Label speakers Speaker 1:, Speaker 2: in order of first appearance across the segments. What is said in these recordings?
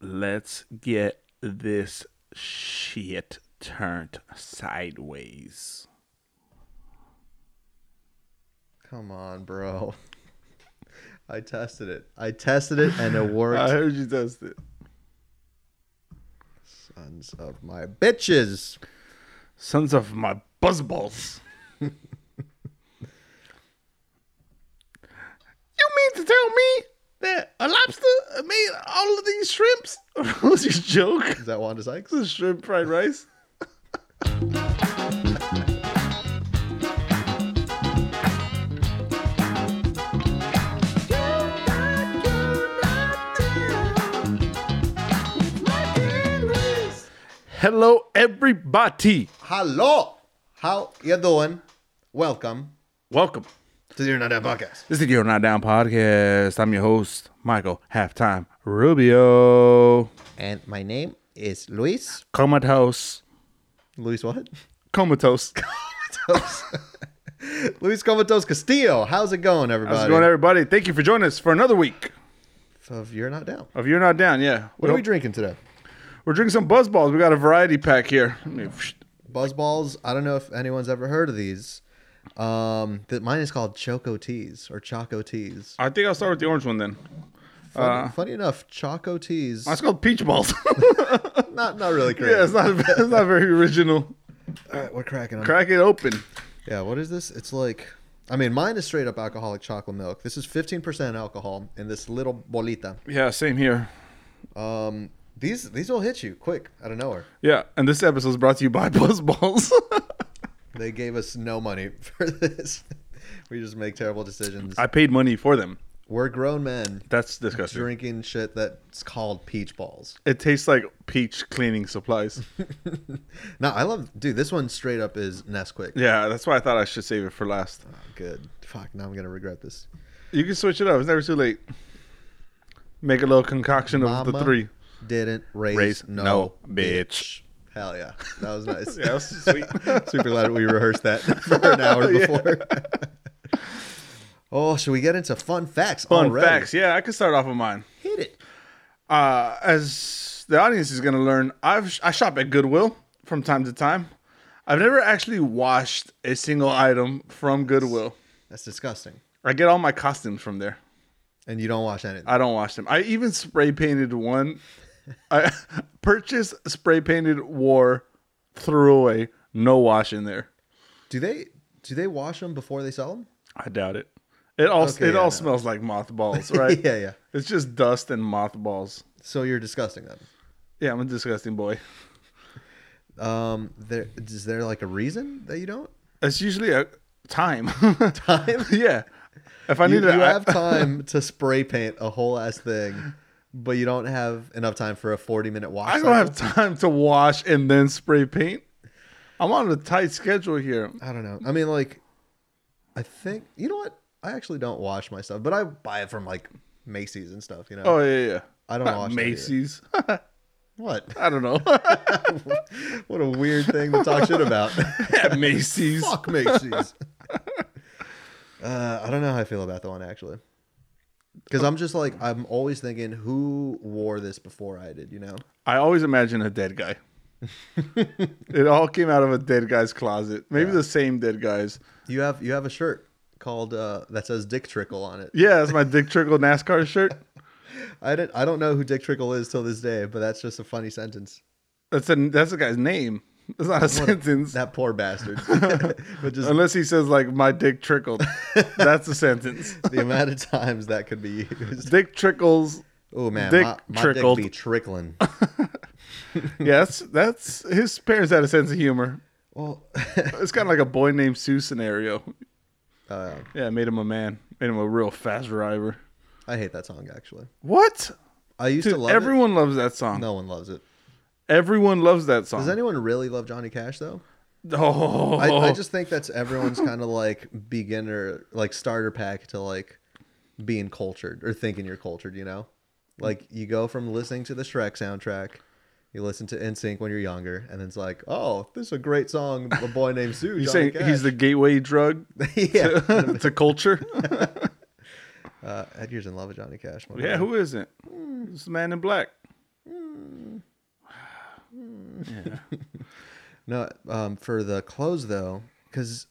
Speaker 1: Let's get this shit turned sideways.
Speaker 2: Come on, bro. I tested it. I tested it and it
Speaker 1: I
Speaker 2: worked.
Speaker 1: heard you test it.
Speaker 2: Sons of my bitches.
Speaker 1: Sons of my buzzballs. you mean to tell me that a lobster made all of these shrimps? was your joke?
Speaker 2: Is that Wanda Sykes?
Speaker 1: The shrimp fried rice? Hello, everybody.
Speaker 2: Hello. How you doing? Welcome
Speaker 1: Welcome.
Speaker 2: to the Internet
Speaker 1: This
Speaker 2: Podcast.
Speaker 1: is the You're Not Down podcast. I'm your host, Michael Halftime Rubio.
Speaker 2: And my name is Luis.
Speaker 1: Comatose.
Speaker 2: Luis what?
Speaker 1: Comatose.
Speaker 2: Luis Comatos Castillo. How's it going, everybody?
Speaker 1: How's it going, everybody? Thank you for joining us for another week
Speaker 2: Of You're Not Down.
Speaker 1: of You're Not Down. Yeah.
Speaker 2: What are we drinking today?
Speaker 1: We're drinking some buzz balls. We got a variety pack here. Let me-
Speaker 2: Buzzballs. I don't know if anyone's ever heard of these. Um, th- mine is called Choco Teas or Choco Teas.
Speaker 1: I think I'll start with the orange one then.
Speaker 2: Funny, funny enough, Choco Teas.
Speaker 1: Uh, That's called peach balls.
Speaker 2: Not not really great.
Speaker 1: yeah, it's not, it's not very original.
Speaker 2: All right, we're cracking on.
Speaker 1: Crack it open.
Speaker 2: yeah, what is this? It's like, I mean, mine is straight up alcoholic chocolate milk. This is 15% alcohol in this little bolita.
Speaker 1: Yeah, same here.
Speaker 2: Um, these these will hit you quick out of nowhere.
Speaker 1: Yeah, and this episode is brought to you by Buzz Balls.
Speaker 2: They gave us no money for this. we just make terrible decisions.
Speaker 1: I paid money for them.
Speaker 2: we're grown men
Speaker 1: That's disgusting.
Speaker 2: drinking shit that's called peach balls.
Speaker 1: It tastes like peach cleaning supplies.
Speaker 2: No, I love, dude. This one straight up is Nesquik.
Speaker 1: yeah, that's why I thought I should save it for last.
Speaker 2: Good. Fuck. Now I'm gonna regret this.
Speaker 1: You can switch it up. It's never too late. Make a little concoction of the
Speaker 2: Mama
Speaker 1: three.
Speaker 2: Didn't raise,
Speaker 1: Raise
Speaker 2: no,
Speaker 1: no
Speaker 2: bitch. Hell yeah, that was nice.
Speaker 1: Yeah, that's sweet.
Speaker 2: Super glad we rehearsed that for an hour
Speaker 1: Yeah.
Speaker 2: before. oh, should we get into fun facts?
Speaker 1: Fun
Speaker 2: already?
Speaker 1: facts. Yeah, I can start off with mine.
Speaker 2: Hit it.
Speaker 1: uh, as the audience is going to learn, I've I shop at Goodwill from time to time. I've never actually washed a single item from Goodwill.
Speaker 2: That's disgusting.
Speaker 1: I get all my costumes from there.
Speaker 2: And you don't watch anything.
Speaker 1: I don't wash them. I even spray painted one. I purchased, spray painted, wore, threw away. No wash in there.
Speaker 2: Do they? Do they wash them before they sell them?
Speaker 1: I doubt it. It all
Speaker 2: Okay,
Speaker 1: it
Speaker 2: yeah,
Speaker 1: all
Speaker 2: no.
Speaker 1: smells like mothballs, right?
Speaker 2: yeah, yeah.
Speaker 1: It's just dust and mothballs.
Speaker 2: So you're disgusting them.
Speaker 1: Yeah, I'm a disgusting boy.
Speaker 2: Um, there is there like a reason that you don't?
Speaker 1: It's usually a time.
Speaker 2: Time?
Speaker 1: yeah. If I
Speaker 2: You,
Speaker 1: need
Speaker 2: you
Speaker 1: to, I-
Speaker 2: have time to spray paint a whole ass thing, but you don't have enough time for a forty minute wash.
Speaker 1: I don't have time to wash and then spray paint. I'm on a tight schedule here.
Speaker 2: I don't know. I mean, like, I think you know what? I actually don't wash my stuff, but I buy it from like Macy's and stuff. You know
Speaker 1: Oh yeah, yeah.
Speaker 2: I don't
Speaker 1: Not
Speaker 2: wash that either.
Speaker 1: Macy's.
Speaker 2: what?
Speaker 1: I don't know.
Speaker 2: What a weird thing to talk shit about.
Speaker 1: Yeah, Macy's.
Speaker 2: Fuck Macy's. uh, I don't know how I feel about that one actually, because I'm just like I'm always thinking who wore this before I did. You know.
Speaker 1: I always imagine a dead guy. it all came out of a dead guy's closet. Maybe the same dead guys.
Speaker 2: You have you have a shirt called uh, that says Dick Trickle on it.
Speaker 1: Yeah, that's my Dick Trickle NASCAR shirt.
Speaker 2: I didn't I don't know who Dick Trickle is till this day, but that's just a funny sentence.
Speaker 1: That's a that's a guy's name. That's not a sentence.
Speaker 2: That poor bastard. but just
Speaker 1: Unless he says like my dick trickled. that's a sentence.
Speaker 2: the amount of times that could be used.
Speaker 1: Dick trickles.
Speaker 2: Oh man,
Speaker 1: Dick
Speaker 2: my, my
Speaker 1: trickled.
Speaker 2: dick be trickling.
Speaker 1: Yes, that's his parents had a sense of humor.
Speaker 2: Well,
Speaker 1: It's kind of like a boy named Sue scenario.
Speaker 2: uh,
Speaker 1: Yeah, made him a man. Made him a real fast driver.
Speaker 2: I hate that song actually.
Speaker 1: What?
Speaker 2: I used
Speaker 1: Dude,
Speaker 2: to love
Speaker 1: everyone loves that song.
Speaker 2: it. No one loves it.
Speaker 1: Everyone loves that song.
Speaker 2: Does anyone really love Johnny Cash though?
Speaker 1: oh,
Speaker 2: I, I just think that's everyone's kind of like beginner, like starter pack to like being cultured or thinking you're cultured, you know? Like you go from listening to the Shrek soundtrack, you listen to NSYNC when you're younger, and it's like, oh, this is a great song, A Boy Named Sue.
Speaker 1: you
Speaker 2: Johnny
Speaker 1: saying he's the gateway drug
Speaker 2: Cash." yeah.
Speaker 1: to culture?
Speaker 2: Uh, Edgar's in love with Johnny Cash.
Speaker 1: yeah, who isn't? It's the man in black.
Speaker 2: No, um, for the clothes though, because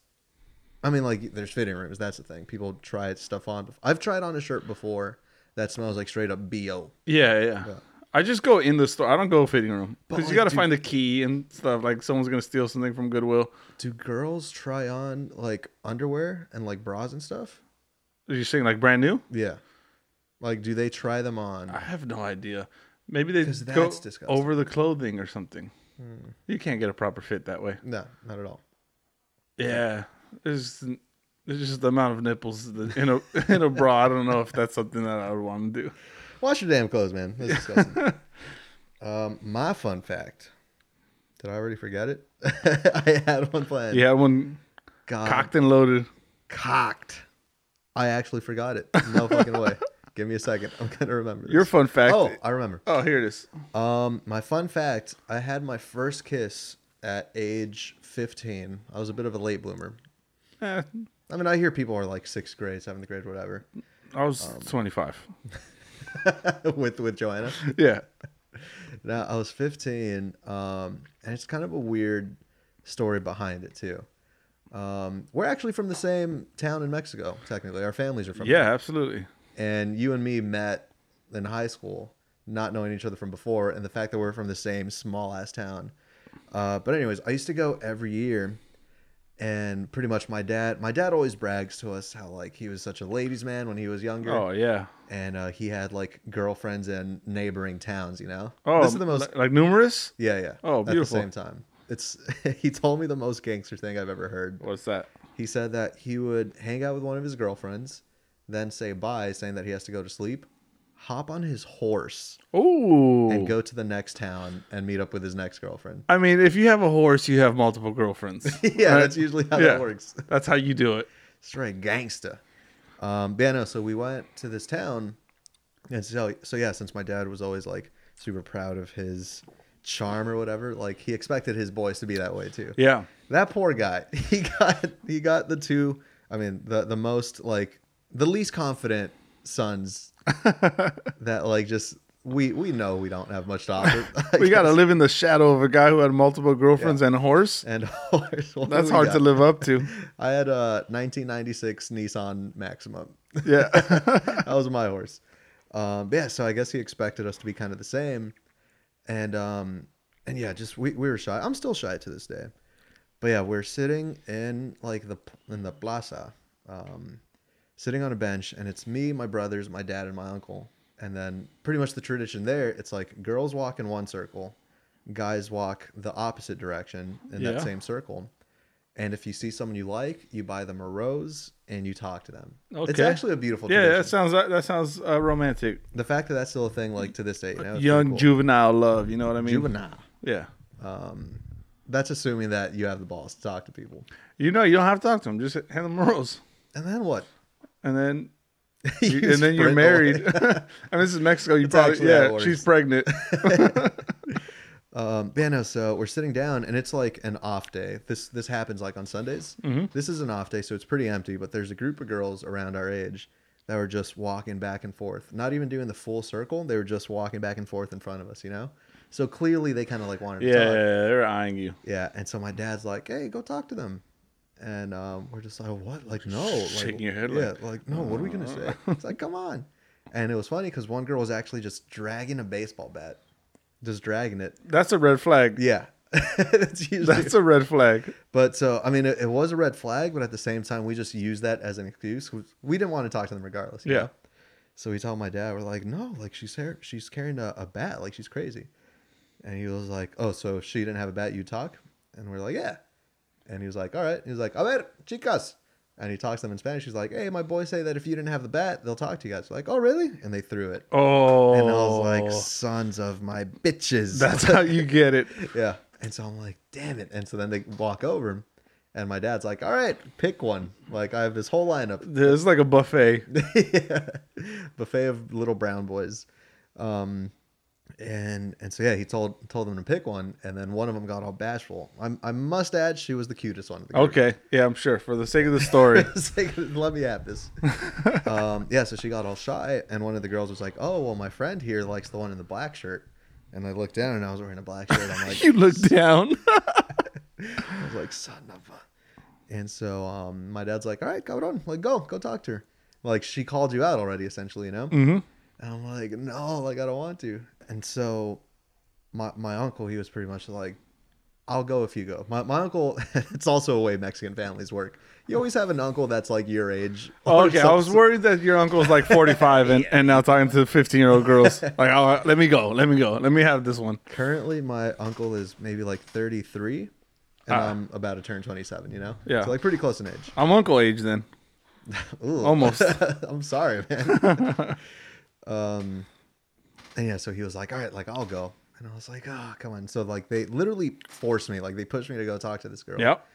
Speaker 2: I mean, like, there's fitting rooms. That's the thing. People try stuff on. I've tried on a shirt before that smells like straight up bo.
Speaker 1: Yeah, yeah. I just go in the store. I don't go fitting room because
Speaker 2: like,
Speaker 1: you got to
Speaker 2: dude-
Speaker 1: find the key and stuff. Like someone's gonna steal something from Goodwill.
Speaker 2: Do girls try on like underwear and like bras and stuff?
Speaker 1: Are you saying like brand new?
Speaker 2: Yeah. Like, do they try them
Speaker 1: I
Speaker 2: on?
Speaker 1: have no idea. Maybe they
Speaker 2: 'Cause
Speaker 1: go
Speaker 2: that's disgusting. Hmm.
Speaker 1: over the clothing or something. You can't get a proper fit that way.
Speaker 2: No, not at all.
Speaker 1: Yeah, there's there's just the amount of nipples that- in a in a bra. I don't know if that's something that I would want to do.
Speaker 2: Wash your damn clothes, man. That's disgusting. um, my fun fact. Did I already forget it? I had one planned.
Speaker 1: You had one
Speaker 2: God,
Speaker 1: cocked and loaded.
Speaker 2: cocked. I actually forgot it. No fucking way. Give me a second. I'm gonna remember. This.
Speaker 1: Your fun fact.
Speaker 2: Oh, I remember.
Speaker 1: Oh, here it is.
Speaker 2: Um, my fun fact: I had my first kiss at age 15. I was a bit of a late bloomer.
Speaker 1: Eh,
Speaker 2: I mean, I hear people are like sixth grade, seventh grade, whatever,
Speaker 1: I was
Speaker 2: Um,
Speaker 1: 25.
Speaker 2: with with Joanna.
Speaker 1: Yeah.
Speaker 2: No, I was 15, um, and it's kind of a weird story behind it too. Um, we're actually from the same town in Mexico, technically. Our families are from.
Speaker 1: Yeah, absolutely.
Speaker 2: and you and me met in high school, not knowing each other from before, and the fact that we're from the same small ass town. Uh, but anyways, I used to go every year, and pretty much my dad. My dad always brags to us how like he was such a ladies' man when he was younger,
Speaker 1: Oh, yeah.
Speaker 2: and uh, he had like girlfriends in neighboring towns. You know,
Speaker 1: Oh,
Speaker 2: this is the most.
Speaker 1: like, like numerous?
Speaker 2: yeah, yeah.
Speaker 1: Oh, beautiful.
Speaker 2: At the same time, it's he told me the most gangster thing I've ever heard.
Speaker 1: What's that?
Speaker 2: He said that he would hang out with one of his girlfriends, then say bye, saying that he has to go to sleep, hop on his horse, and
Speaker 1: Oh.
Speaker 2: go to the next town and meet up with his next girlfriend.
Speaker 1: I mean, if you have a horse, you have multiple girlfriends.
Speaker 2: yeah,
Speaker 1: Right?
Speaker 2: that's usually how
Speaker 1: Yeah.
Speaker 2: that works.
Speaker 1: That's how you do it.
Speaker 2: Straight gangsta. Um, but yeah, no, so we went to this town, and so so yeah, since my dad was always like super proud of his charm or whatever, like he expected his boys to be that way too.
Speaker 1: Yeah.
Speaker 2: That poor guy. He got he got the two. I mean, the the most like the least confident sons that like just we we know we don't have much to offer. I
Speaker 1: We got to
Speaker 2: guess.
Speaker 1: live in the shadow of a guy who had multiple girlfriends and a horse.
Speaker 2: and horse. What do
Speaker 1: That's
Speaker 2: we
Speaker 1: hard to
Speaker 2: got?
Speaker 1: live up to.
Speaker 2: I had a 1996 Nissan Maximum.
Speaker 1: Yeah.
Speaker 2: that was my horse. Um, but yeah, so I guess he expected us to be kind of the same, and um, and yeah, just we, we were shy. I'm still shy to this day, but yeah, we're sitting in like the in the plaza, um, sitting on a bench, and it's me, my brothers, my dad, and my uncle, and then pretty much the tradition there, it's like girls walk in one circle, guys walk the opposite direction in
Speaker 1: Yeah.
Speaker 2: that same circle. And if you see someone you like, you buy them a rose and you talk to them. It's
Speaker 1: Okay.
Speaker 2: actually a beautiful
Speaker 1: yeah,
Speaker 2: tradition
Speaker 1: that sounds that sounds uh, romantic.
Speaker 2: the fact that that's still a thing like to this day you know it's
Speaker 1: Young
Speaker 2: pretty cool.
Speaker 1: juvenile love, you know what I mean?
Speaker 2: juvenile
Speaker 1: Yeah.
Speaker 2: that's assuming that you have the balls to talk to people
Speaker 1: You know, you don't have to talk to him. Just hand him a rose.
Speaker 2: and then what
Speaker 1: And then
Speaker 2: You
Speaker 1: and then you're
Speaker 2: sprint
Speaker 1: married.
Speaker 2: away.
Speaker 1: I mean, this is Mexico. You
Speaker 2: It's
Speaker 1: probably
Speaker 2: actually how
Speaker 1: yeah.
Speaker 2: it
Speaker 1: She's
Speaker 2: works.
Speaker 1: pregnant.
Speaker 2: um but yeah, no, so we're sitting down and it's like an off day this this happens like on sundays
Speaker 1: Mm-hmm.
Speaker 2: this is an off day so it's pretty empty but there's a group of girls around our age that were just walking back and forth not even doing the full circle they were just walking back and forth in front of us you know so clearly they kind of like wanted to
Speaker 1: Yeah,
Speaker 2: talk
Speaker 1: they're eyeing you.
Speaker 2: yeah and so my dad's like hey go talk to them and um, we're just like what like no like,
Speaker 1: Shaking your head,
Speaker 2: yeah
Speaker 1: like, "Uh-huh."
Speaker 2: like, no what are we gonna say it's like come on and it was funny because one girl was actually just dragging a baseball bat just dragging it
Speaker 1: That's a red flag.
Speaker 2: yeah that's usually
Speaker 1: That's a red flag.
Speaker 2: but so i mean it, it was a red flag but at the same time we just used that as an excuse 'cause we didn't want to talk to them regardless you
Speaker 1: Yeah.
Speaker 2: know? so we told my dad we're like no like she's her- she's carrying a, a bat like she's crazy and he was like oh so if she didn't have a bat you talk and we're like yeah and he was like all right he was like a ver chicas and he talks to them in spanish he's like hey my boys say that if you didn't have the bat they'll talk to you guys We're like oh really and they threw it
Speaker 1: Oh,
Speaker 2: and i was like sons of my bitches
Speaker 1: that's how you get it.
Speaker 2: yeah. And so I'm like, damn it. And so then they walk over, and my dad's like, all right, pick one. Like, I have this whole lineup
Speaker 1: It's like a buffet.
Speaker 2: Yeah. buffet of little brown boys. Um, and and so yeah, he told told them to pick one, and then one of them got all bashful. I, I must add, she was the cutest one. Of the group.
Speaker 1: Okay, yeah, I'm sure. For the sake of the story,
Speaker 2: It's like, let me have this. um, yeah, so she got all shy, and one of the girls was like, "Oh, well, my friend here likes the one in the black shirt." And I looked down and I was wearing a black shirt. I'm like,
Speaker 1: You look down.
Speaker 2: I was like, son of a. And so um, my dad's like, all right, cabrón, like go, go talk to her. Like she called you out already, essentially, you know. Mm-hmm. And I'm like, no, like I don't want to. And so my my uncle, he was pretty much like, I'll go if you go. My my uncle, it's also a way Mexican families work. You always have an uncle that's like your age. or
Speaker 1: Oh, Okay, I was
Speaker 2: some-
Speaker 1: worried that your uncle was like 45 and, and now talking to 15 year old girls. Like, oh, let me go, let me go, let me have this one.
Speaker 2: currently my uncle is maybe like 33 and i'm about to turn 27 you know
Speaker 1: Ah. Yeah.
Speaker 2: so like pretty close in age
Speaker 1: I'm uncle age then.
Speaker 2: Ooh.
Speaker 1: Almost.
Speaker 2: i'm sorry man um and yeah so he was like all right like i'll go and i was like oh come on so like they literally forced me like they pushed me to go talk to this girl
Speaker 1: Yep.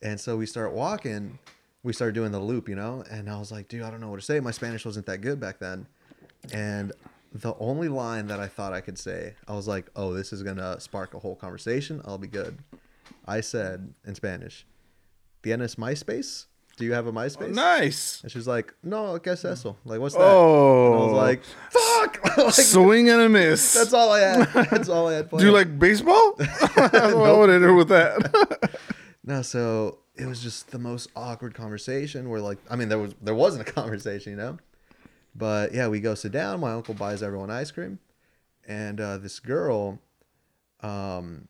Speaker 2: and so we start walking we start doing the loop you know and i was like dude i don't know what to say my spanish wasn't that good back then and the only line that i thought i could say i was like oh this is gonna spark a whole conversation i'll be good i said in spanish tienes myspace do you have a myspace
Speaker 1: Nice.
Speaker 2: and she's like no qué es eso like what's that and i
Speaker 1: Oh.
Speaker 2: was like fuck like,
Speaker 1: swing and a miss.
Speaker 2: that's all i had that's all i had planned.
Speaker 1: Do you like baseball? That's what I would enter with that.
Speaker 2: No, so it was just the most awkward conversation where like I mean there was there wasn't a conversation, you know? But yeah, we go sit down, my uncle buys everyone ice cream, and uh, this girl, um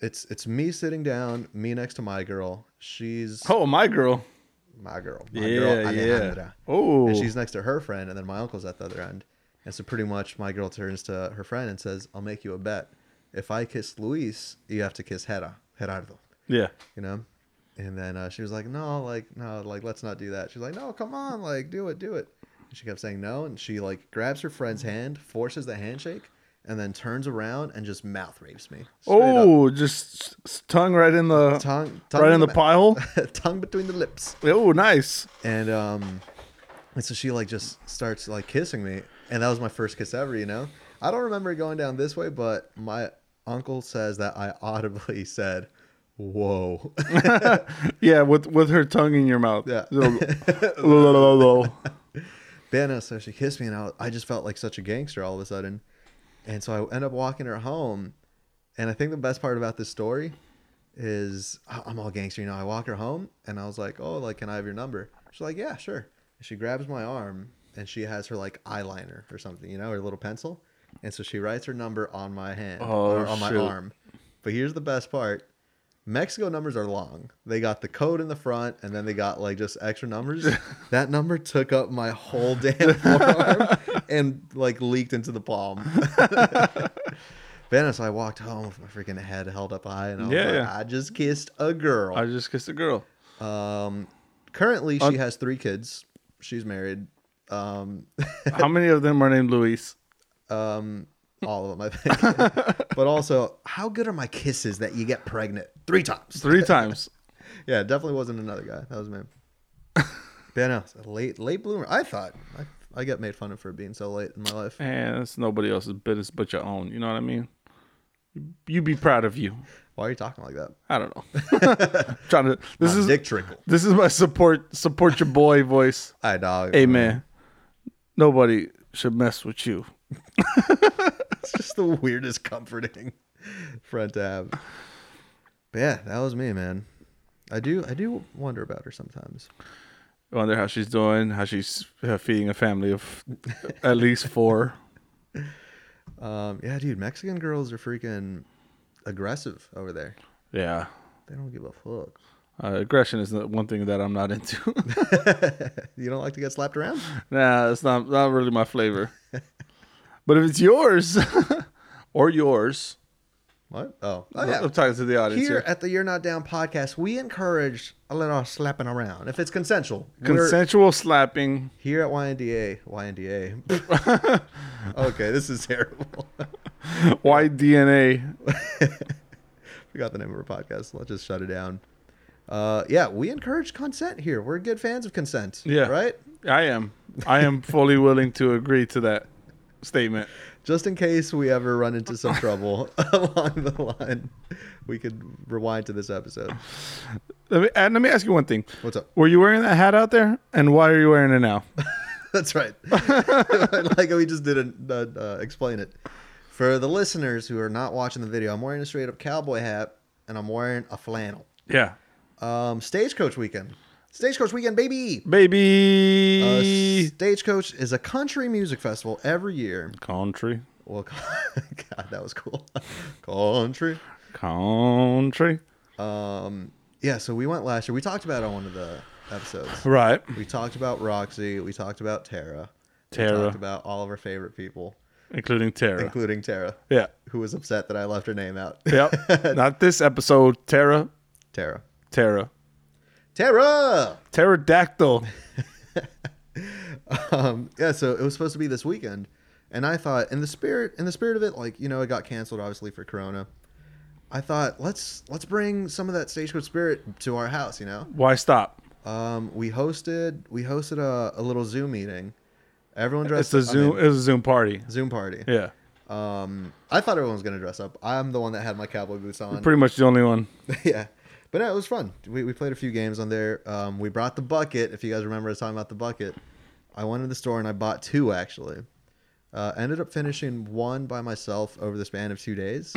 Speaker 2: it's it's me sitting down, me next to my girl. She's
Speaker 1: oh, my girl.
Speaker 2: my girl. My
Speaker 1: Yeah,
Speaker 2: girl
Speaker 1: yeah.
Speaker 2: Alejandra.
Speaker 1: Oh.
Speaker 2: And she's next to her friend, and then my uncle's at the other end. And so pretty much my girl turns to her friend and says, I'll make you a bet. If I kiss Luis, you have to kiss Hera, Gerardo
Speaker 1: yeah.
Speaker 2: you know and then uh, she was like no like no like let's not do that she's like no come on like do it do it and she kept saying no and she like grabs her friend's hand forces the handshake and then turns around and just mouth rapes me Straight up.
Speaker 1: Oh, just s- tongue right in the
Speaker 2: tongue, tongue
Speaker 1: Oh. right in
Speaker 2: in
Speaker 1: the
Speaker 2: mouth.
Speaker 1: pie hole.
Speaker 2: tongue between the lips
Speaker 1: Oh, nice.
Speaker 2: and um and so she like just starts like kissing me and that was my first kiss ever you know i don't remember it going down this way but my uncle says that i audibly said whoa
Speaker 1: Yeah, with with her tongue in your mouth.
Speaker 2: Yeah.
Speaker 1: Yeah.
Speaker 2: But no, so she kissed me, and I, I just felt like such a gangster all of a sudden. And so I end up walking her home. And I think the best part about this story is I- I'm all gangster, you know. I walk her home, and I was like, "Oh, like, can I have your number?" She's like, "Yeah, sure." And she grabs my arm, and she has her like eyeliner or something, you know, her little pencil. And so she writes her number on my hand
Speaker 1: Oh,
Speaker 2: or on my
Speaker 1: shoot.
Speaker 2: arm. But here's the best part: Mexico numbers are long. They got the code in the front, and then they got like just extra numbers. that number took up my whole damn forearm and like leaked into the palm. Venice, I walked home with my freaking head held up high, and I was
Speaker 1: Yeah,
Speaker 2: like,
Speaker 1: yeah.
Speaker 2: I just kissed a girl.
Speaker 1: I just kissed a girl.
Speaker 2: Um, currently, she has three kids. She's married. Um,
Speaker 1: How many of them are named Luis?
Speaker 2: um, all of them, I think. but also, how good are my kisses that you get pregnant three times?
Speaker 1: Three times.
Speaker 2: Yeah, it definitely wasn't another guy. That was me. But no, it's a late late bloomer. I thought I, I got made fun of for being so late in my life.
Speaker 1: And it's nobody else's business but your own. You know what I mean? You be proud of you.
Speaker 2: Why are you talking like that?
Speaker 1: I don't know. trying to. This
Speaker 2: My
Speaker 1: is
Speaker 2: dick trickle.
Speaker 1: this is my support support your boy voice.
Speaker 2: I dog.
Speaker 1: Hey man, nobody should mess with you.
Speaker 2: It's just the weirdest comforting front to have. But yeah, that was me, man. I do I do wonder about her sometimes.
Speaker 1: I wonder how she's doing. How she's uh, feeding a family of at least four.
Speaker 2: Um, yeah, dude, Mexican girls are freaking aggressive over there.
Speaker 1: Yeah,
Speaker 2: They don't give a fuck.
Speaker 1: uh, aggression is the one thing that I'm not into.
Speaker 2: You don't like to get slapped around?
Speaker 1: nah, it's not not really my flavor. But if it's yours or yours,
Speaker 2: What? Oh, oh
Speaker 1: I'm
Speaker 2: yeah.
Speaker 1: talking to the audience
Speaker 2: Here
Speaker 1: here.
Speaker 2: at the You're Not Down podcast, we encourage a little slapping around if it's consensual. We're-
Speaker 1: Consensual slapping.
Speaker 2: here at YNDA, YNDA. okay, this is terrible.
Speaker 1: Why DNA?
Speaker 2: forgot the name of our podcast. Let's just shut it down. Uh, yeah, we encourage consent here. We're good fans of consent.
Speaker 1: Yeah.
Speaker 2: Right?
Speaker 1: I am. I am fully willing to agree to that statement.
Speaker 2: Just in case we ever run into some trouble along the line, we could rewind to this episode.
Speaker 1: Let me and let me ask you one thing.
Speaker 2: What's up?
Speaker 1: Were you wearing that hat out there, and why are you wearing it now?
Speaker 2: That's right. like we just didn't uh, uh, explain it. For the listeners who are not watching the video, I'm wearing a straight up cowboy hat and I'm wearing a flannel.
Speaker 1: Yeah.
Speaker 2: Um, Stagecoach Weekend. Stagecoach Weekend, baby. Uh,
Speaker 1: Baby.
Speaker 2: Stagecoach is a country music festival every year.
Speaker 1: country.
Speaker 2: Well, God, that was cool. country.
Speaker 1: Country.
Speaker 2: Um, yeah, so we went last year. We talked about it on one of the episodes.
Speaker 1: Right.
Speaker 2: We talked about Roxy. We talked about Tara.
Speaker 1: Tara.
Speaker 2: We talked about all of our favorite people,
Speaker 1: Including Tara.
Speaker 2: including Tara,
Speaker 1: yeah.
Speaker 2: who was upset that I left her name out.
Speaker 1: Yep. Not this episode. Tara.
Speaker 2: Tara.
Speaker 1: Tara.
Speaker 2: Tara!
Speaker 1: Pterodactyl.
Speaker 2: um, yeah, so it was supposed to be this weekend, and I thought, in the spirit, in the spirit of it, like you know, it got canceled obviously for Corona. I thought let's let's bring some of that stagecoach spirit to our house. You know,
Speaker 1: Why stop?
Speaker 2: um, we hosted we hosted a, a little Zoom meeting. Everyone
Speaker 1: It's
Speaker 2: dressed.
Speaker 1: a
Speaker 2: up- I
Speaker 1: Zoom.
Speaker 2: mean,
Speaker 1: It's a Zoom party.
Speaker 2: Zoom party.
Speaker 1: Yeah.
Speaker 2: Um, I thought everyone was gonna dress up. I'm the one that had my cowboy boots on.
Speaker 1: Pretty much the only one.
Speaker 2: yeah, but no, it was fun. We, we played a few games on there. Um, we brought the bucket. If you guys remember us talking about the bucket, I went to the store and I bought two actually. Uh, ended up finishing one by myself over the span of two days.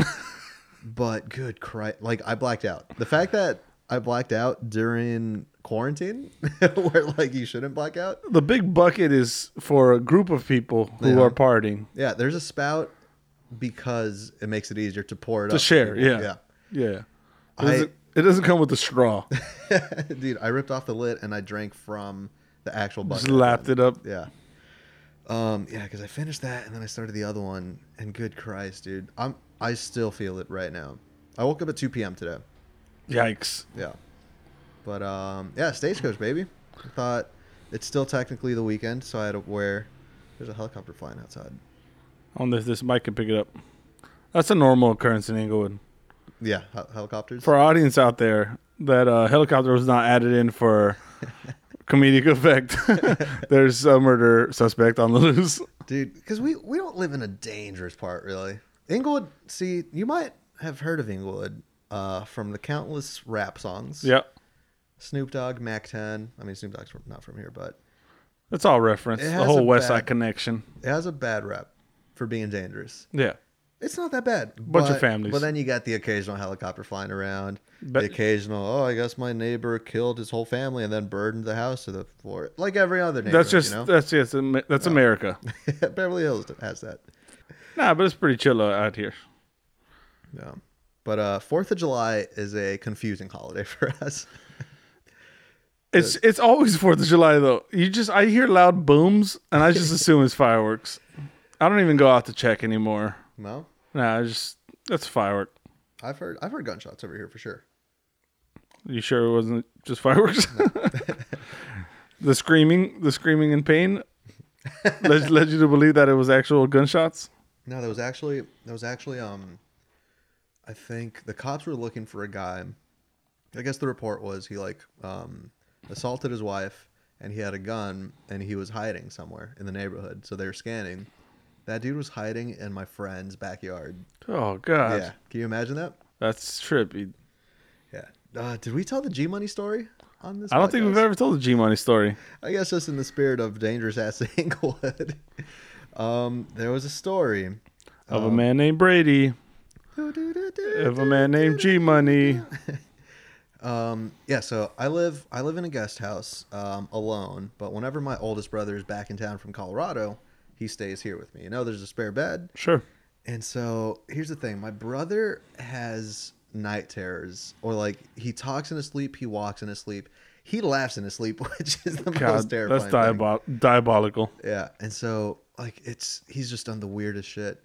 Speaker 2: but good Christ, like I blacked out. The fact that I blacked out during quarantine, where like you shouldn't black out.
Speaker 1: The big bucket is for a group of people who
Speaker 2: Yeah.
Speaker 1: are partying.
Speaker 2: Yeah, there's a spout because it makes it easier to pour it
Speaker 1: To
Speaker 2: up. for
Speaker 1: share.
Speaker 2: people.
Speaker 1: Yeah. Yeah. It
Speaker 2: I-
Speaker 1: doesn't, it doesn't come with a straw.
Speaker 2: Dude, I ripped off the lid and I drank from the actual bucket.
Speaker 1: Just lapped it up.
Speaker 2: Yeah. Um, yeah, because I finished that and then I started the other one, and good Christ, dude, I'm I still feel it right now. I woke up at 2 p.m. today.
Speaker 1: Yikes.
Speaker 2: Yeah. But um, yeah, stagecoach baby. I thought it's still technically the weekend, so I had to wear. There's a helicopter flying outside.
Speaker 1: I wonder if this mic can pick it up. That's a normal occurrence in Inglewood.
Speaker 2: Yeah, hel- helicopters.
Speaker 1: For our audience out there, that uh, helicopter was not added in for comedic effect. There's a murder suspect on the loose.
Speaker 2: dude because we we don't live in a dangerous part really inglewood see you might have heard of inglewood uh, from the countless rap songs
Speaker 1: Yep.
Speaker 2: snoop dogg mac 10 i mean snoop dogg's from, not from here but
Speaker 1: That's all reference.
Speaker 2: It
Speaker 1: The
Speaker 2: has a
Speaker 1: whole West
Speaker 2: bad-
Speaker 1: Side connection.
Speaker 2: it has a bad rap for being dangerous
Speaker 1: Yeah.
Speaker 2: it's not that bad
Speaker 1: Bunch of
Speaker 2: but-
Speaker 1: families.
Speaker 2: but then you got the occasional helicopter flying around
Speaker 1: But-
Speaker 2: the occasional oh i guess my neighbor killed his whole family and then burdened the house to the floor like every other neighbor
Speaker 1: That's just
Speaker 2: you know? Oh.
Speaker 1: that's just Am- that's America.
Speaker 2: beverly hills has that
Speaker 1: Nah, but it's pretty chill uh, out here.
Speaker 2: Yeah. But uh Fourth of July is a confusing holiday for us.
Speaker 1: It's it's always Fourth of July though. You just I hear loud booms and I just assume it's fireworks. I don't even go out to check anymore.
Speaker 2: No?
Speaker 1: Nah, I just that's a firework.
Speaker 2: I've heard I've heard gunshots over here for sure.
Speaker 1: You sure it wasn't just fireworks? the screaming, the screaming in pain, led, led you to believe that it was actual gunshots.
Speaker 2: No, that was actually that was actually um I think the cops were looking for a guy. I guess the report was he like um assaulted his wife and he had a gun and he was hiding somewhere in the neighborhood. So they were scanning. That dude was hiding in my friend's backyard.
Speaker 1: Oh god,
Speaker 2: Yeah. Can you imagine that?
Speaker 1: that's trippy.
Speaker 2: Yeah. Uh, did we tell the G Money story on this?
Speaker 1: I don't think
Speaker 2: podcast?
Speaker 1: we've ever told the G Money story.
Speaker 2: I guess just in the spirit of dangerous ass Inglewood, um, there was a story.
Speaker 1: Of a man named Brady, of a man named G Money.
Speaker 2: Um, yeah, so I live I live in a guest house um, alone, but whenever my oldest brother is back in town from Colorado, he stays here with me. You know, there's a spare bed,
Speaker 1: Sure.
Speaker 2: and so here's the thing: my brother has night terrors, or like he talks in his sleep, he walks in his sleep, he laughs in his sleep, which is the
Speaker 1: God,
Speaker 2: most terrifying.
Speaker 1: that's
Speaker 2: thing.
Speaker 1: diabol- diabolical.
Speaker 2: Yeah, and so like it's he's just done the weirdest shit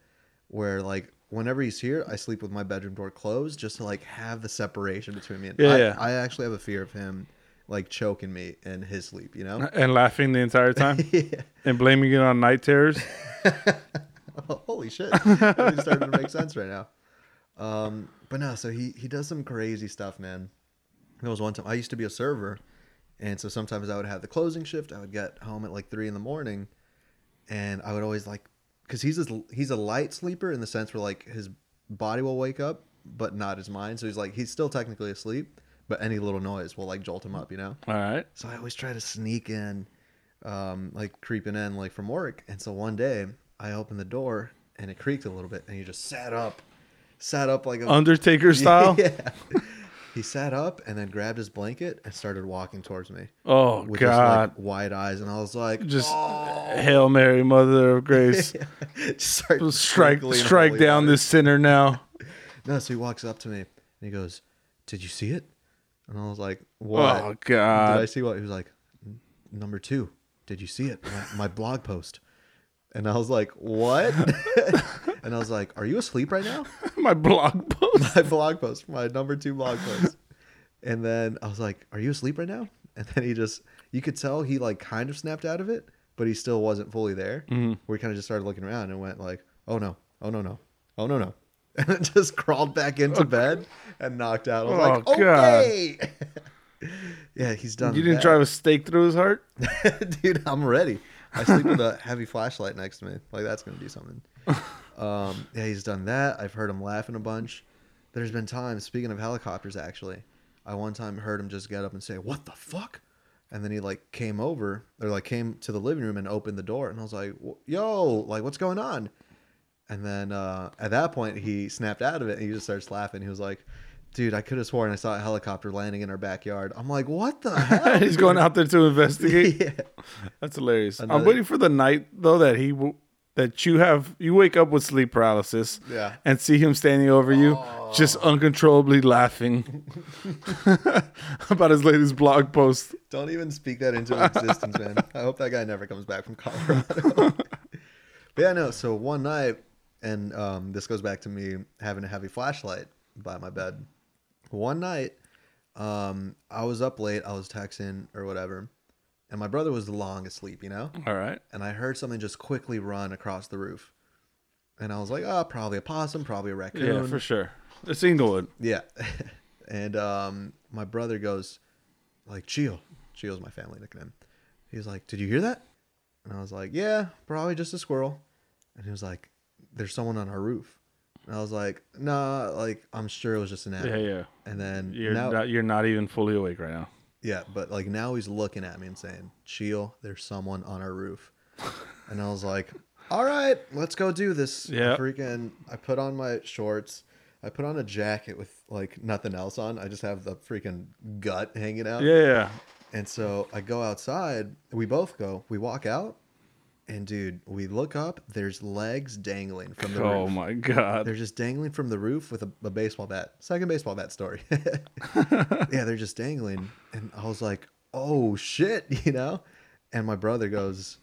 Speaker 2: where like whenever he's here, I sleep with my bedroom door closed just to like have the separation between me and
Speaker 1: Yeah,
Speaker 2: I,
Speaker 1: yeah.
Speaker 2: I actually have a fear of him like choking me in his sleep, you know?
Speaker 1: And laughing the entire time
Speaker 2: yeah.
Speaker 1: and blaming it on night terrors.
Speaker 2: Holy shit. It's starting to make sense right now. Um, but no, so he he does some crazy stuff, man. There was one time I used to be a server, and so sometimes I would have the closing shift. I would get home at like three in the morning, and I would always like, because he's a, he's a light sleeper in the sense where like his body will wake up, but not his mind. So he's like he's still technically asleep, but any little noise will like jolt him up, you know.
Speaker 1: All right.
Speaker 2: So I always try to sneak in, um, like creeping in, like from work. And so one day I open the door and it creaked a little bit, and he just sat up, sat up like a
Speaker 1: Undertaker style.
Speaker 2: yeah. He sat up and then grabbed his blanket and started walking towards me
Speaker 1: Oh
Speaker 2: with
Speaker 1: God!
Speaker 2: just like wide eyes, and I was like,
Speaker 1: Just,
Speaker 2: "Oh."
Speaker 1: hail Mary, Mother of Grace.
Speaker 2: Just start
Speaker 1: Strike,
Speaker 2: sprinkling
Speaker 1: strike
Speaker 2: holy
Speaker 1: down
Speaker 2: water.
Speaker 1: this sinner now.
Speaker 2: No, so he walks up to me and he goes, "Did you see it?" And I was like, "What?"
Speaker 1: Oh
Speaker 2: Did I
Speaker 1: God!
Speaker 2: see what? He was like, "N- number two. Did you see it? My, my blog post. And I was like, what? and I was like, are you asleep right now?
Speaker 1: My blog post.
Speaker 2: My blog post, my number two blog post. And then I was like, are you asleep right now? And then he just, you could tell he like kind of snapped out of it, but he still wasn't fully there.
Speaker 1: Mm-hmm.
Speaker 2: We kind of just started looking around and went like, oh no, oh no, no, oh no, no. And then just crawled back into bed and knocked out. I was
Speaker 1: Oh,
Speaker 2: like,
Speaker 1: God.
Speaker 2: okay. yeah, he's done.
Speaker 1: You didn't
Speaker 2: that.
Speaker 1: drive a stake through his heart.
Speaker 2: dude i'm ready i sleep with a heavy flashlight next to me like that's gonna do something um yeah he's done that i've heard him laughing a bunch there's been times speaking of helicopters actually i one time heard him just get up and say what the fuck and then he like came over or like came to the living room and opened the door and i was like "Wh- yo like what's going on and then uh, at that point, he snapped out of it and he just starts laughing. He was like, dude, I could have sworn I saw a helicopter landing in our backyard. I'm like, what the hell?
Speaker 1: He's going out there to investigate.
Speaker 2: yeah.
Speaker 1: That's hilarious. I'm
Speaker 2: Another-
Speaker 1: waiting for the night though that he w- that you have you wake up with sleep paralysis.
Speaker 2: Yeah. Oh.
Speaker 1: And see him standing over you, just uncontrollably laughing about his latest blog post.
Speaker 2: Don't even speak that into existence, man. I hope that guy never comes back from Colorado. but yeah, no. So one night, and um, this goes back to me having a heavy flashlight by my bed. One night, um, I was up late. I was texting or whatever, and my brother was long asleep. You know,
Speaker 1: All right.
Speaker 2: and I heard something just quickly run across the roof, and I was like, oh, probably a possum, probably a raccoon.
Speaker 1: Yeah, for sure. It's Inglewood.
Speaker 2: Yeah. and um, my brother goes, like, Chio. Chio's my family nickname. He's like, Did you hear that? And I was like, Yeah, probably just a squirrel. And he was like, There's someone on our roof. And I was like, Nah, like, I'm sure it was just an
Speaker 1: Yeah,
Speaker 2: animal.
Speaker 1: yeah.
Speaker 2: And then
Speaker 1: You're
Speaker 2: now,
Speaker 1: not you're not even fully awake right now.
Speaker 2: yeah, but like now he's looking at me and saying, Chio, there's someone on our roof. and I was like, All right, let's go do this. I
Speaker 1: Yeah.
Speaker 2: Freaking, I put on my shorts. I put on a jacket with like nothing else on. I just have the freaking gut hanging out.
Speaker 1: Yeah, yeah.
Speaker 2: And so I go outside. We both go. We walk out. And dude, we look up. There's legs dangling from the
Speaker 1: Oh
Speaker 2: roof.
Speaker 1: my god.
Speaker 2: They're just dangling from the roof with a, a baseball bat. Second baseball bat story. yeah, they're just dangling. And I was like, oh shit, you know? And my brother goes,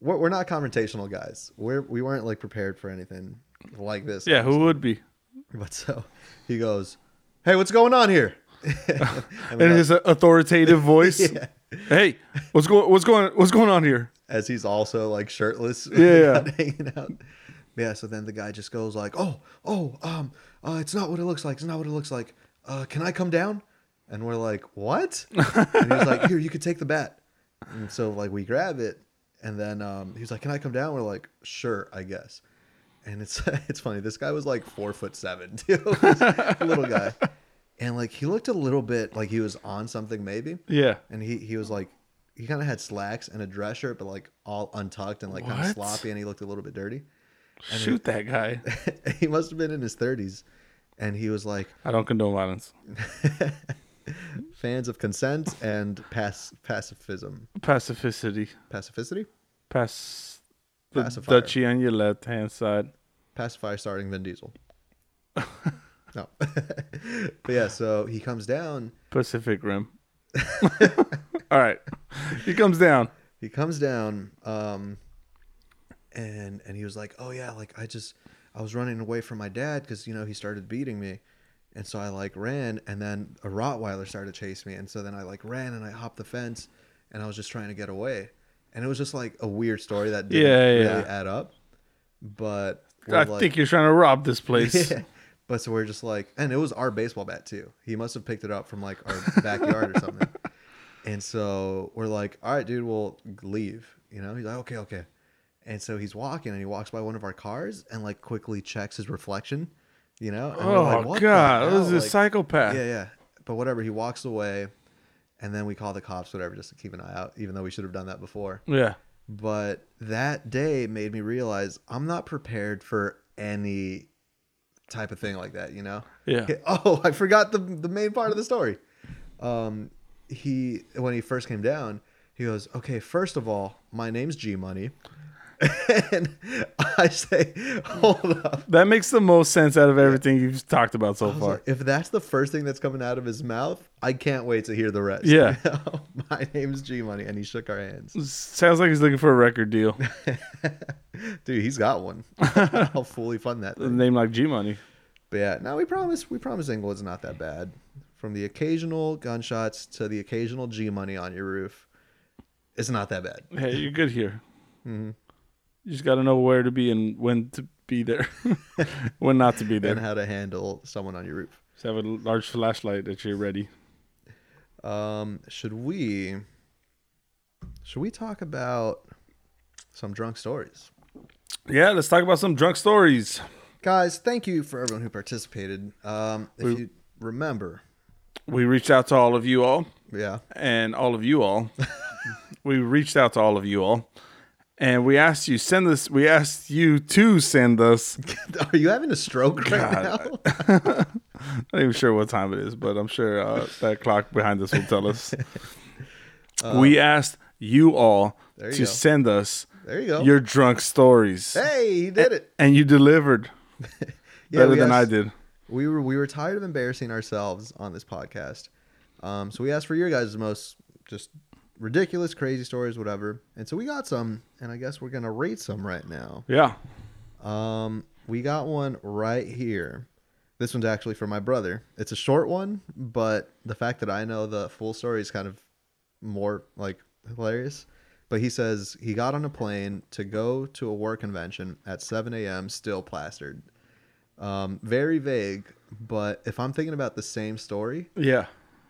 Speaker 2: we're, we're not confrontational guys. We're, we weren't like prepared for anything like this.
Speaker 1: Yeah, who would be?
Speaker 2: But so he goes, hey, what's going on here? And we
Speaker 1: In
Speaker 2: go-
Speaker 1: his authoritative voice.
Speaker 2: Yeah.
Speaker 1: Hey, what's going what's going what's going on here?
Speaker 2: as he's also like shirtless.
Speaker 1: Yeah, yeah.
Speaker 2: hanging out. Yeah. So then the guy just goes like, "Oh, oh, um, uh, it's not what it looks like. It's not what it looks like. Uh, can I come down?" And we're like, "What?" and he's like, "Here, you could take the bat." And so like we grab it, and then um, he's like, "Can I come down?" We're like, "Sure, I guess." And it's it's funny. This guy was like four foot seven, too, little guy, and like he looked a little bit like he was on something maybe
Speaker 1: Yeah.
Speaker 2: and he he was like he kind of had slacks and a dress shirt but like all untucked and like kind
Speaker 1: What?
Speaker 2: of sloppy and he looked a little bit dirty
Speaker 1: Shoot that guy.
Speaker 2: he must have been in his 30s and he was like
Speaker 1: I don't condone violence.
Speaker 2: fans of consent and pass pacifism
Speaker 1: Pacificity.
Speaker 2: pacificity
Speaker 1: Pass the
Speaker 2: Pacifier.
Speaker 1: duchy on your left hand side.
Speaker 2: pacify starting vin diesel no but yeah so he comes down
Speaker 1: Pacific Rim. All right. He comes down.
Speaker 2: he comes down um and and he was like oh yeah like i just i was running away from my dad because you know he started beating me and so i like ran and then a rottweiler started chasing me and so then i like ran and i hopped the fence and i was just trying to get away and it was just like a weird story that didn't
Speaker 1: Yeah, yeah,
Speaker 2: really
Speaker 1: yeah.
Speaker 2: add up but we're
Speaker 1: I
Speaker 2: like-
Speaker 1: think you're trying to rob this place.
Speaker 2: yeah. But so we're just like, and it was our baseball bat too. He must have picked it up from like our backyard or something. And so we're like, all right, dude, we'll leave. You know, he's like, okay, okay. And so he's walking and he walks by one of our cars and like quickly checks his reflection, you know? And we're
Speaker 1: Oh
Speaker 2: like, "What the
Speaker 1: god, this
Speaker 2: hell?"
Speaker 1: is a
Speaker 2: Like,
Speaker 1: psychopath.
Speaker 2: Yeah, yeah. But whatever, he walks away and then we call the cops, whatever, just to keep an eye out, even though we should have done that before.
Speaker 1: yeah.
Speaker 2: But that day made me realize I'm not prepared for any type of thing like that, you know?
Speaker 1: Yeah.
Speaker 2: Oh, I forgot the the main part of the story. Um, he when he first came down, he goes, "Okay, first of all, my name's G Money," and I say, "Hold up."
Speaker 1: That makes the most sense out of everything you've talked about so
Speaker 2: I was
Speaker 1: far.
Speaker 2: like, if that's the first thing that's coming out of his mouth, I can't wait to hear the rest.
Speaker 1: Yeah.
Speaker 2: You know? my name's G Money, and he shook our hands.
Speaker 1: Sounds like he's looking for a record deal.
Speaker 2: Dude, he's got one. I'll fully fund that.
Speaker 1: a
Speaker 2: Thing.
Speaker 1: name like G Money.
Speaker 2: But yeah, now we promise. We promise Inglewood's not that bad. From the occasional gunshots to the occasional G money on your roof, it's not that bad.
Speaker 1: Hey, you're good here. You just got to know where to be and when to be there, when not to be
Speaker 2: And
Speaker 1: there.
Speaker 2: how to handle someone on your roof.
Speaker 1: Just have a large flashlight that you're ready.
Speaker 2: Um, should we? Should we talk about some drunk stories?
Speaker 1: Yeah, let's talk about some drunk stories.
Speaker 2: guys thank you for everyone who participated um if
Speaker 1: We-
Speaker 2: you remember
Speaker 1: We reached out to all of you all.
Speaker 2: yeah
Speaker 1: and all of you all. we reached out to all of you all, and we asked you send us. We asked you to send us.
Speaker 2: are you having a stroke right now
Speaker 1: I'm not even sure what time it is, but I'm sure uh, that clock behind us will tell us. we asked you all
Speaker 2: Um, There you
Speaker 1: to
Speaker 2: go.
Speaker 1: send us
Speaker 2: there you go
Speaker 1: your drunk stories,
Speaker 2: hey he did it
Speaker 1: and you delivered
Speaker 2: Yeah,
Speaker 1: better
Speaker 2: we
Speaker 1: than I
Speaker 2: asked-
Speaker 1: did.
Speaker 2: we were we were tired of embarrassing ourselves on this podcast um so we asked for your guys most just ridiculous crazy stories whatever and so we got some and i guess we're gonna rate some right now
Speaker 1: Yeah.
Speaker 2: Um, we got one right here. This one's actually for my brother. It's a short one, but the fact that I know the full story is kind of more like hilarious. But he says he got on a plane to go to a war convention at 7 a.m., still plastered. Um, very vague, but if I'm thinking about the same story,
Speaker 1: Yeah.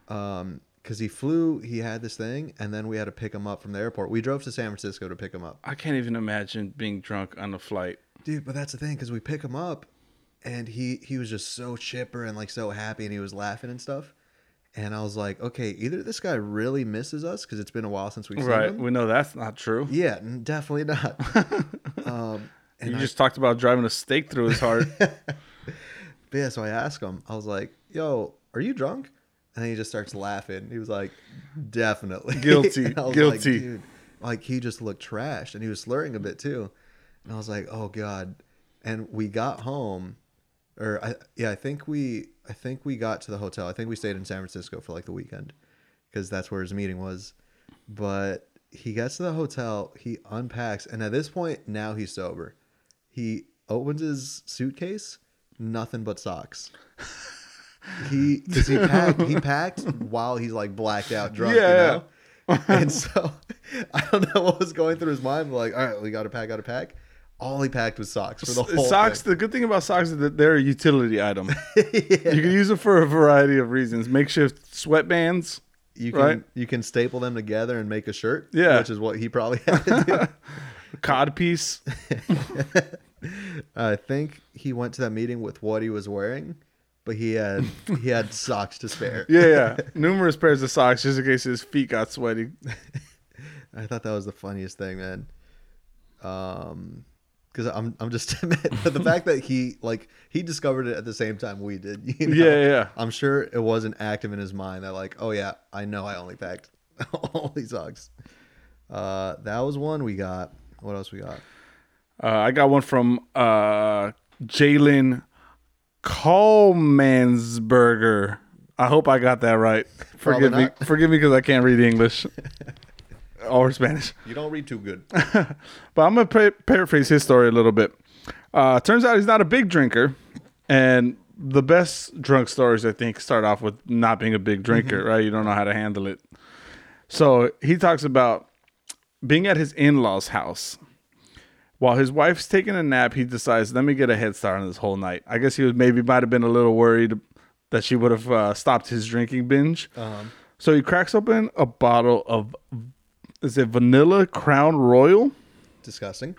Speaker 2: um, because he flew, he had this thing, and then we had to pick him up from the airport. We drove to San Francisco to pick him up.
Speaker 1: I can't even imagine being drunk on a flight.
Speaker 2: dude but that's the thing because we pick him up and he he was just so chipper and like so happy and he was laughing and stuff and i was like okay either this guy really misses us because it's been a while since we've seen
Speaker 1: Right.
Speaker 2: him
Speaker 1: We know that's not true.
Speaker 2: yeah n- definitely not um and
Speaker 1: You
Speaker 2: I,
Speaker 1: just talked about driving a stake through his heart.
Speaker 2: yeah so i asked him i was like yo are you drunk and then he just starts laughing he was like definitely
Speaker 1: Guilty,
Speaker 2: And I was like,
Speaker 1: guilty.
Speaker 2: "Dude," like he just looked trashed and he was slurring a bit too and i was like oh god and we got home or I, yeah, I think we I think we got to the hotel. I think we stayed in San Francisco for like the weekend because that's where his meeting was. But he gets to the hotel, he unpacks, and at this point now he's sober. He opens his suitcase, nothing but socks. He because he packed he packed while he's like blacked out drunk,
Speaker 1: Yeah,
Speaker 2: you
Speaker 1: yeah.
Speaker 2: know? and so I don't know what was going through his mind. Like, all right, we got to pack, got to pack. All he packed was socks for the whole
Speaker 1: socks.
Speaker 2: thing.
Speaker 1: The good thing about socks is that they're a utility item.
Speaker 2: Yeah.
Speaker 1: You can use it for a variety of reasons. Makeshift sweatbands.
Speaker 2: you can
Speaker 1: right?
Speaker 2: you can staple them together and make a shirt.
Speaker 1: Yeah.
Speaker 2: which is what he probably had to
Speaker 1: Codpiece.
Speaker 2: do. I think he went to that meeting with what he was wearing, but he had he had socks to spare.
Speaker 1: Yeah, yeah. Numerous pairs of socks just in case his feet got sweaty.
Speaker 2: I thought that was the funniest thing, man. Um, because I'm I'm just but the fact that he like he discovered it at the same time we did. You know?
Speaker 1: Yeah, yeah.
Speaker 2: I'm sure it wasn't active in his mind that like, oh yeah, I know I only packed all these socks. Uh, that was one we got. What else we got?
Speaker 1: Uh, I got one from uh, Jalen Kalmansberger. I hope I got that right. Forgive me.
Speaker 2: not.
Speaker 1: Forgive me because I can't read English or Spanish.
Speaker 2: You don't read too good.
Speaker 1: But I'm gonna par- paraphrase his story a little bit. Uh, turns out he's not a big drinker, and the best drunk stories I think start off with not being a big drinker, right? You don't know how to handle it. So he talks about being at his in-laws' house. While his wife's taking a nap, he decides, "Let me get a head start on this whole night." I guess he was maybe might have been a little worried that she would have uh, stopped his drinking binge. So he cracks open a bottle of is it vanilla Crown Royal?
Speaker 2: Disgusting.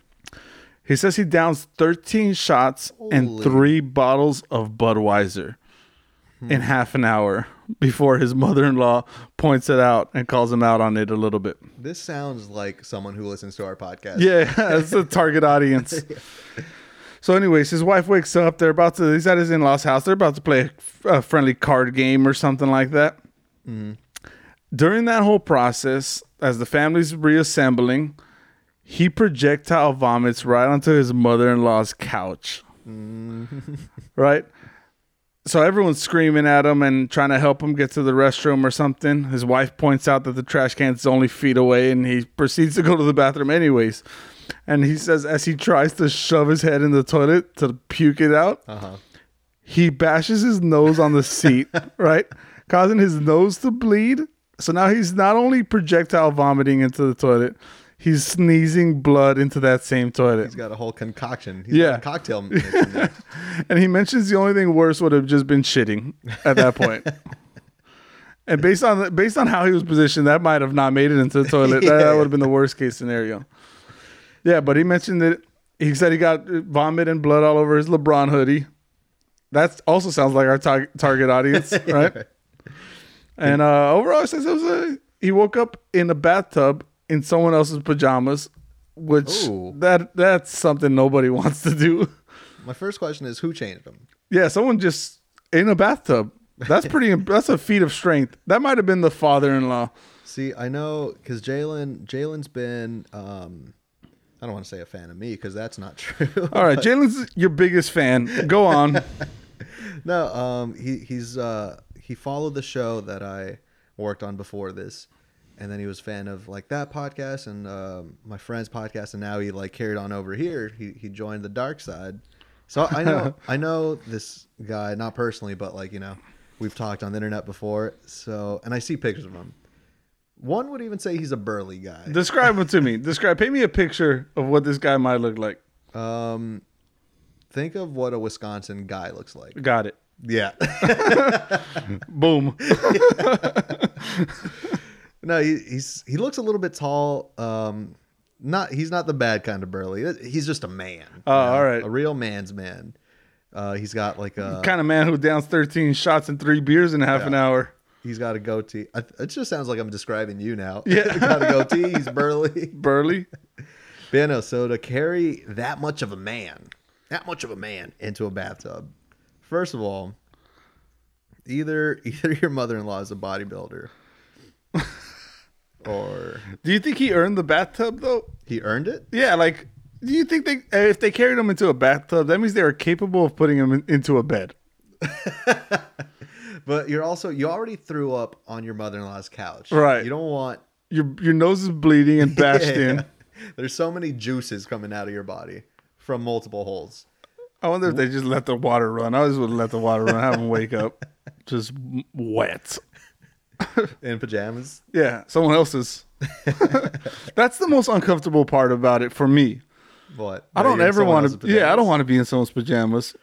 Speaker 1: He says he downs 13 shots and
Speaker 2: Holy.
Speaker 1: three bottles of Budweiser in half an hour before his mother-in-law points it out and calls him out on it a little bit.
Speaker 2: This sounds like someone who listens to our podcast.
Speaker 1: Yeah, that's the target audience. So, anyways, his wife wakes up. They're about to. He's at his in-laws' house. They're about to play a, a friendly card game or something like that. During that whole process, as the family's reassembling, he projectile vomits right onto his mother-in-law's couch. right. So everyone's screaming at him and trying to help him get to the restroom or something. His wife points out that the trash can's only feet away and he proceeds to go to the bathroom anyways. And he says as he tries to shove his head in the toilet to puke it out,
Speaker 2: Uh-huh.
Speaker 1: he bashes his nose on the seat, right? Causing his nose to bleed. So now he's not only projectile vomiting into the toilet, he's sneezing blood into that same toilet.
Speaker 2: He's got a whole concoction. He's
Speaker 1: Yeah.
Speaker 2: got a cocktail. mix in there.
Speaker 1: And he mentions the only thing worse would have just been shitting at that point. and based on the, based on how he was positioned, that might have not made it into the toilet. That, that would have been the worst case scenario. Yeah, but he mentioned that he said he got vomit and blood all over his LeBron hoodie. That also sounds like our tar- target audience, right? And uh, overall, it says it was a, he woke up in a bathtub in someone else's pajamas, which
Speaker 2: Ooh.
Speaker 1: that that's something nobody wants to do.
Speaker 2: My first question is who changed him?
Speaker 1: Yeah, someone just in a bathtub. That's pretty. that's a feat of strength. That might have been the father-in-law.
Speaker 2: See, I know because Jalen Jalen's been um, I don't want to say a fan of me because that's not true.
Speaker 1: All right, Jalen's your biggest fan. Go on.
Speaker 2: no, um, he he's uh, he followed the show that I worked on before this, and then he was a fan of like that podcast and um my friend's podcast, and now he like carried on over here. He he joined the dark side, so I know I know this guy not personally, but like you know we've talked on the internet before. So and I see pictures of him. One would even say he's a burly guy.
Speaker 1: Describe him to me. Describe. Paint me a picture of what this guy might look like.
Speaker 2: Um, think of what a Wisconsin guy looks like.
Speaker 1: Got it.
Speaker 2: Yeah.
Speaker 1: Boom.
Speaker 2: no, he, he's he looks a little bit tall. Um, not he's not the bad kind of burly. He's just a man.
Speaker 1: Oh, all right.
Speaker 2: A real man's man. Uh, he's got like a
Speaker 1: kind of man who downs thirteen shots and three beers in half an hour.
Speaker 2: he's got a goatee. I, it just sounds like I'm describing you now.
Speaker 1: Yeah.
Speaker 2: got a goatee. He's burly.
Speaker 1: Burly.
Speaker 2: But yeah, no, so to carry that much of a man, that much of a man into a bathtub, first of all, either either your mother in law is a bodybuilder, or
Speaker 1: Do you think he earned the bathtub though?
Speaker 2: he earned it.
Speaker 1: Yeah. Like, do you think they eh, if they carried him into a bathtub, that means they were capable of putting him in, into a bed?
Speaker 2: But you're also you already threw up on your mother in law's couch,
Speaker 1: Right.
Speaker 2: You don't want
Speaker 1: Your your nose is bleeding and bashed in.
Speaker 2: There's so many juices coming out of your body from multiple holes.
Speaker 1: I wonder if they just let the water run. I just would let the water run. Have them wake up, just w- wet.
Speaker 2: In pajamas,
Speaker 1: Yeah, someone else's. That's the most uncomfortable part about it for me.
Speaker 2: what?
Speaker 1: I don't
Speaker 2: You're in
Speaker 1: ever
Speaker 2: someone
Speaker 1: want
Speaker 2: else's
Speaker 1: to. Yeah, I
Speaker 2: pajamas?
Speaker 1: don't want to be in someone's pajamas.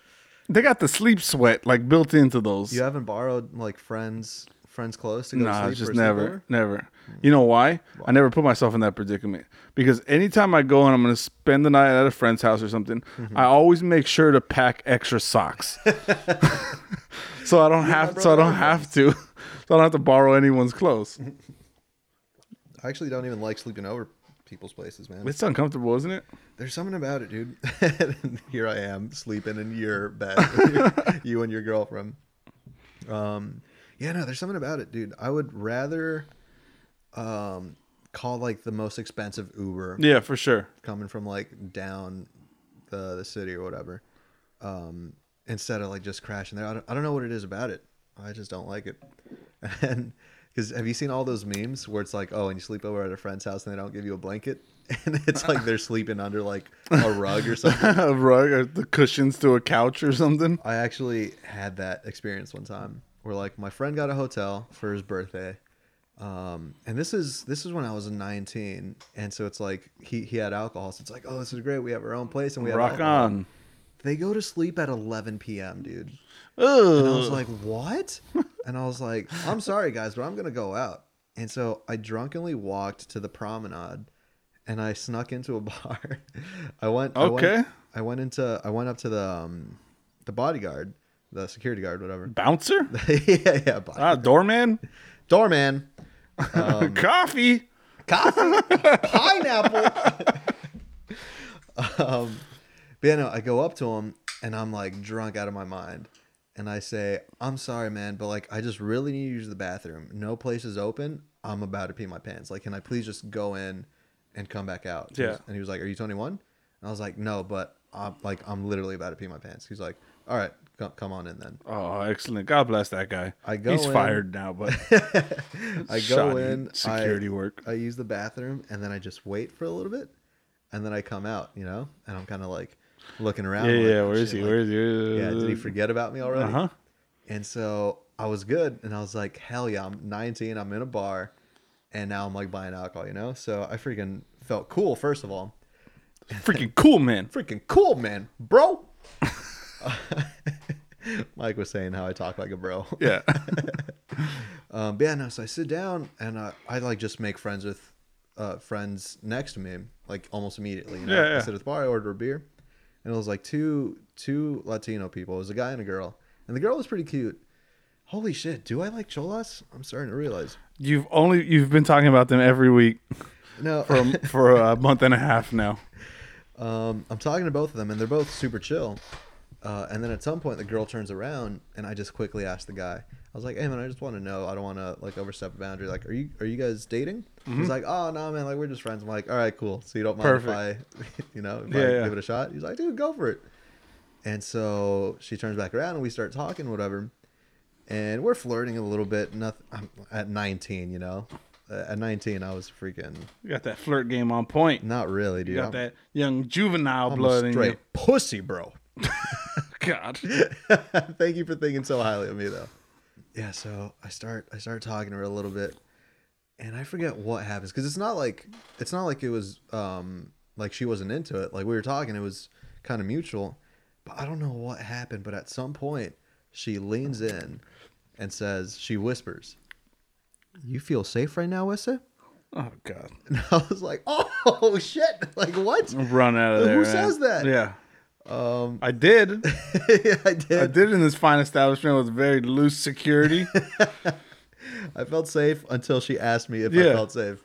Speaker 1: They got the sleep sweat like built into those.
Speaker 2: You haven't borrowed like friends friends clothes to go
Speaker 1: Nah,
Speaker 2: to sleep
Speaker 1: just
Speaker 2: for a sleepover?
Speaker 1: never, never. You know why? I never put myself in that predicament because anytime I go and I'm going to spend the night at a friend's house or something, I always make sure to pack extra socks, so I don't have, so I don't have to, so I don't have to borrow anyone's clothes.
Speaker 2: I actually don't even like sleeping over people's places, man.
Speaker 1: It's uncomfortable, isn't it?
Speaker 2: There's something about it, dude. And Here I am sleeping in your bed, you and your girlfriend. Um, yeah, no, there's something about it, dude. I would rather um, call like the most expensive Uber
Speaker 1: Yeah, for sure.
Speaker 2: coming from like down the, the city or whatever, um, instead of like just crashing there. I don't, I don't know what it is about it. I just don't like it. And because have you seen all those memes where it's like, oh, and you sleep over at a friend's house and they don't give you a blanket, and it's like they're sleeping under like a rug or something.
Speaker 1: a rug or the cushions to a couch or something.
Speaker 2: I actually had that experience one time where like my friend got a hotel for his birthday. Um, and this is this is when I was 19, and so it's like he he had alcohol, so it's like, oh, this is great. We have our own place, and we have
Speaker 1: Rock
Speaker 2: alcohol.
Speaker 1: on.
Speaker 2: They go to sleep at 11 p.m., dude. And I was
Speaker 1: Ugh.
Speaker 2: like, what? and I was like, I'm sorry, guys, but I'm going to go out. And so I drunkenly walked to the promenade and I snuck into a bar. I went, I went-
Speaker 1: Okay.
Speaker 2: I went into, I went up to the, um, the bodyguard the security guard, whatever.
Speaker 1: Bouncer?
Speaker 2: yeah, yeah, black.
Speaker 1: Ah, doorman?
Speaker 2: doorman.
Speaker 1: Coffee?
Speaker 2: Coffee, pineapple. um, but yeah, no, I go up to him and I'm like drunk out of my mind, and I say, "I'm sorry, man, but like I just really need to use the bathroom. No place is open. I'm about to pee my pants. Like, can I please just go in and come back out?" He was-
Speaker 1: Yeah.
Speaker 2: and he was like, "Are you 21?" And I was like, "No, but I'm like I'm literally about to pee my pants." He's like, "All right, co- come on in then."
Speaker 1: Oh, excellent. God bless that guy.
Speaker 2: I go
Speaker 1: He's
Speaker 2: in-
Speaker 1: fired now, but
Speaker 2: I go
Speaker 1: shoddy
Speaker 2: in. I,
Speaker 1: security work.
Speaker 2: I use the bathroom and then I just wait for a little bit and then I come out, you know? And I'm kind of like looking around.
Speaker 1: Yeah,
Speaker 2: like,
Speaker 1: yeah.
Speaker 2: "Oh,
Speaker 1: Where is
Speaker 2: shit,
Speaker 1: he?
Speaker 2: like,
Speaker 1: Where is he?
Speaker 2: Yeah, did he forget about me already?
Speaker 1: Uh huh.
Speaker 2: And so I was good and I was like, hell yeah, I'm 19, I'm in a bar and now I'm like buying alcohol, you know? So I freaking felt cool, first of all.
Speaker 1: Freaking cool, man.
Speaker 2: Freaking cool, man, bro. Mike was saying how I talk like a bro.
Speaker 1: Yeah.
Speaker 2: Um, but yeah, no. So I sit down and I, I like just make friends with uh, friends next to me, like almost immediately. You know?
Speaker 1: Yeah, yeah.
Speaker 2: I sit at the bar, I order a beer, and it was like two two Latino people. It was a guy and a girl, and the girl was pretty cute. Holy shit! Do I like cholas? I'm starting to realize.
Speaker 1: you've only you've been talking about them every week
Speaker 2: No,
Speaker 1: for a, for a month and a half now.
Speaker 2: um, I'm talking to both of them, and they're both super chill. Uh, and then at some point, the girl turns around, and I just quickly asked the guy. I was like, "Hey man, I just want to know. I don't want to like overstep a boundary. Like, are you are you guys dating?"
Speaker 1: Mm-hmm.
Speaker 2: He's like, "Oh no, man. Like, we're just friends." I'm like, "All right, cool. So you don't mind if I, you know, if I
Speaker 1: Yeah, yeah.
Speaker 2: give it a shot?" He's like, "Dude, go for it." And so she turns back around, and we start talking, whatever. And we're flirting a little bit. Nothing. I'm at 19, you know. Uh, At 19, I was freaking
Speaker 1: You got that flirt game on point.
Speaker 2: not really, dude.
Speaker 1: you got
Speaker 2: I'm-
Speaker 1: that young juvenile
Speaker 2: I'm a
Speaker 1: blood in
Speaker 2: straight
Speaker 1: you.
Speaker 2: pussy, bro.
Speaker 1: God.
Speaker 2: Thank you for thinking so highly of me, though. Yeah, so I start I start talking to her a little bit, and I forget what happens because it's not like it's not like it was um like she wasn't into it. Like we were talking, it was kind of mutual, but I don't know what happened. But at some point, she leans in and says she whispers, "You feel safe right now, Wissa?"
Speaker 1: Oh God.
Speaker 2: And I was like, "Oh shit! Like what?"
Speaker 1: Run out of there.
Speaker 2: Who
Speaker 1: man.
Speaker 2: says that?
Speaker 1: Yeah. Um, I did.
Speaker 2: yeah, I did.
Speaker 1: I did in this fine establishment with very loose security.
Speaker 2: I felt safe until she asked me if I
Speaker 1: Yeah.
Speaker 2: felt safe.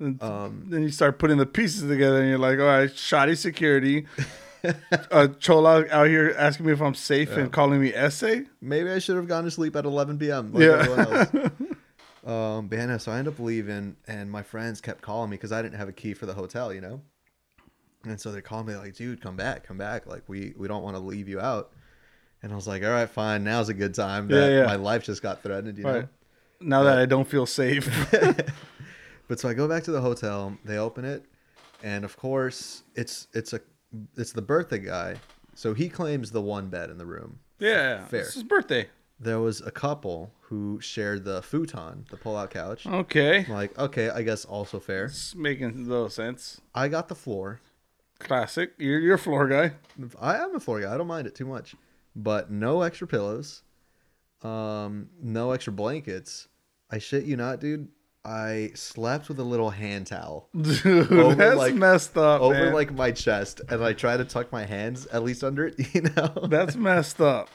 Speaker 2: Um,
Speaker 1: then you start putting the pieces together, and you're like, all right, shoddy security. uh, Chola out here asking me if I'm safe and calling me essay.
Speaker 2: Maybe I should have gone to sleep at 11 p.m. Like
Speaker 1: Yeah.
Speaker 2: everyone else. um, but yeah, no, so I ended up leaving, and my friends kept calling me because I didn't have a key for the hotel, you know. And so they called me like, "Dude, come back, come back! Like we we don't want to leave you out." And I was like, "All right, fine. Now's a good time. That
Speaker 1: Yeah, yeah.
Speaker 2: my life just got threatened, you know."
Speaker 1: Right. Now that I don't feel safe.
Speaker 2: But so I go back to the hotel. They open it, and of course, it's it's a it's the birthday guy. So he claims the one bed in the room.
Speaker 1: yeah.
Speaker 2: Fair.
Speaker 1: It's his birthday.
Speaker 2: There was a couple who shared the futon, the pull-out couch.
Speaker 1: Oh. Okay.
Speaker 2: I'm like, okay, I guess also fair.
Speaker 1: It's making a little sense.
Speaker 2: I got the floor.
Speaker 1: Classic. You're, you're a floor guy.
Speaker 2: I am a floor guy. I don't mind it too much, but no extra pillows, um, no extra blankets. I shit you not, dude. I slept with a little hand towel
Speaker 1: Dude,
Speaker 2: Over,
Speaker 1: that's
Speaker 2: like-
Speaker 1: messed up.
Speaker 2: over
Speaker 1: man.
Speaker 2: like my chest, and I try to tuck my hands at least under it. You know,
Speaker 1: that's messed up.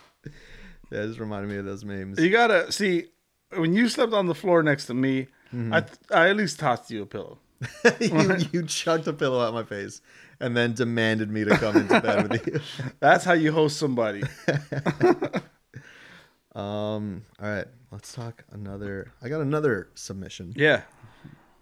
Speaker 2: that just reminded me of those memes.
Speaker 1: You gotta see when you slept on the floor next to me.
Speaker 2: Mm-hmm.
Speaker 1: I th- I at least tossed you a pillow.
Speaker 2: you, you chucked a pillow at my face, and then demanded me to come into bed with you.
Speaker 1: That's how you host somebody.
Speaker 2: Um, all right, let's talk another. I got another submission.
Speaker 1: yeah.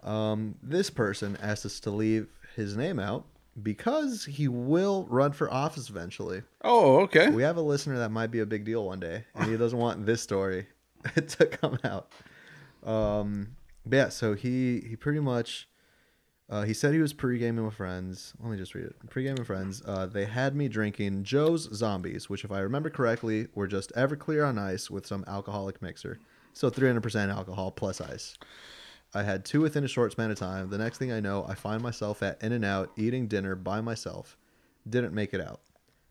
Speaker 2: Um, this person asked us to leave his name out because he will run for office eventually.
Speaker 1: Oh, okay.
Speaker 2: We have a listener that might be a big deal one day, and he doesn't want this story to come out. Um, but yeah, so he he pretty much uh, he said he was pre-gaming with friends. Let me just read it. Pre-gaming with friends. Uh, they had me drinking Joe's Zombies, which, if I remember correctly, were just Everclear on ice with some alcoholic mixer. So 300% alcohol plus ice. I had two within a short span of time. The next thing I know, I find myself at In and Out eating dinner by myself. Didn't make it out.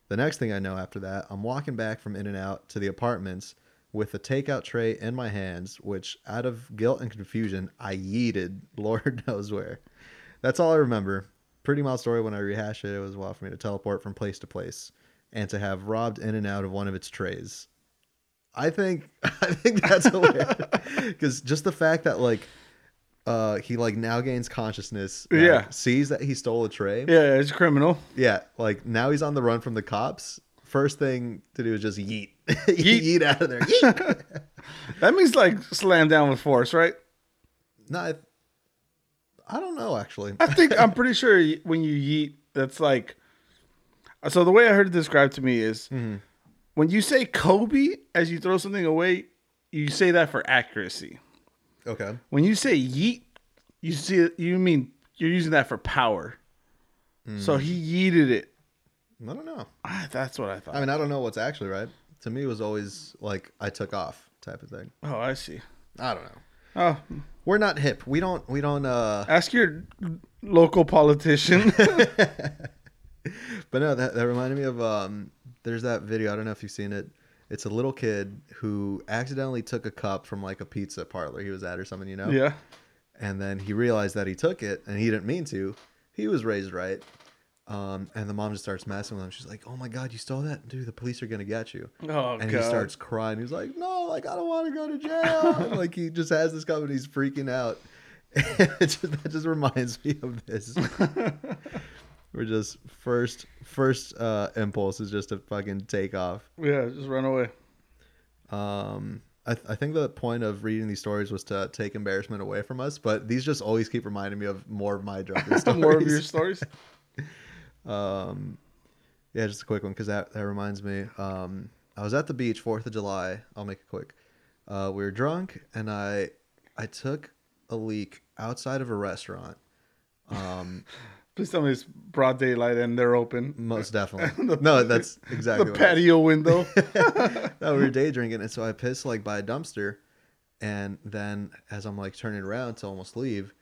Speaker 2: The next thing I know after that, I'm walking back from In and Out to the apartments with the takeout tray in my hands, which out of guilt and confusion, I yeeted Lord knows where. That's all I remember. Pretty mild story when I rehash it, it was a while for me to teleport from place to place and to have robbed In and Out of one of its trays. I think I think that's hilarious because just the fact that like uh he like now gains consciousness, like,
Speaker 1: Yeah.
Speaker 2: sees that he stole a tray,
Speaker 1: Yeah, he's a criminal.
Speaker 2: Yeah, like now he's on the run from the cops. First thing to do is just yeet,
Speaker 1: Yeet.
Speaker 2: yeet, out of there. Yeet.
Speaker 1: That means like slam down with force, right?
Speaker 2: no, I, I don't know actually.
Speaker 1: I think I'm pretty sure y- when you yeet, that's like. So the way I heard it described to me is
Speaker 2: Mm-hmm.
Speaker 1: when you say Kobe as you throw something away, you say that for accuracy.
Speaker 2: Okay,
Speaker 1: When you say yeet, you see you mean you're using that for power. So
Speaker 2: Mm-hmm.
Speaker 1: he yeeted it.
Speaker 2: I don't know.
Speaker 1: Ah, that's what I thought.
Speaker 2: I mean, I don't know what's actually right. To me, it was always like I took off type of thing.
Speaker 1: oh, I see.
Speaker 2: I don't know.
Speaker 1: Oh,
Speaker 2: We're not hip. We don't. We don't. uh
Speaker 1: ask your local politician.
Speaker 2: But no, that, that reminded me of um there's that video, I don't know if you've seen it. It's a little kid who accidentally took a cup from like a pizza parlor he was at or something, you know?
Speaker 1: yeah.
Speaker 2: And then he realized that he took it and he didn't mean to. He was raised right. Um, and the mom just starts messing with him. She's like, Oh my god, you stole that? Dude, the police are gonna get you.
Speaker 1: Oh
Speaker 2: and
Speaker 1: god.
Speaker 2: he starts crying. He's like, No, like I don't wanna go to jail. like he just has this cup and he's freaking out. it just, that just reminds me of this. We're just first first uh, impulse is just to fucking take off.
Speaker 1: yeah, just run away.
Speaker 2: Um, I, th- I think the point of reading these stories was to take embarrassment away from us, but these just always keep reminding me of more of my drunken stories.
Speaker 1: More of your stories.
Speaker 2: Um, yeah, just a quick one because that, that reminds me. Um, I was at the beach Fourth of July. I'll make it quick. Uh, we were drunk, and I I took a leak outside of a restaurant. Um,
Speaker 1: Please tell me it's broad daylight and they're open.
Speaker 2: most definitely. no, that's Mm, exactly
Speaker 1: the
Speaker 2: what it is.
Speaker 1: patio window.
Speaker 2: no, we were day drinking, and so I pissed like by a dumpster, and then as I'm like turning around to almost leave,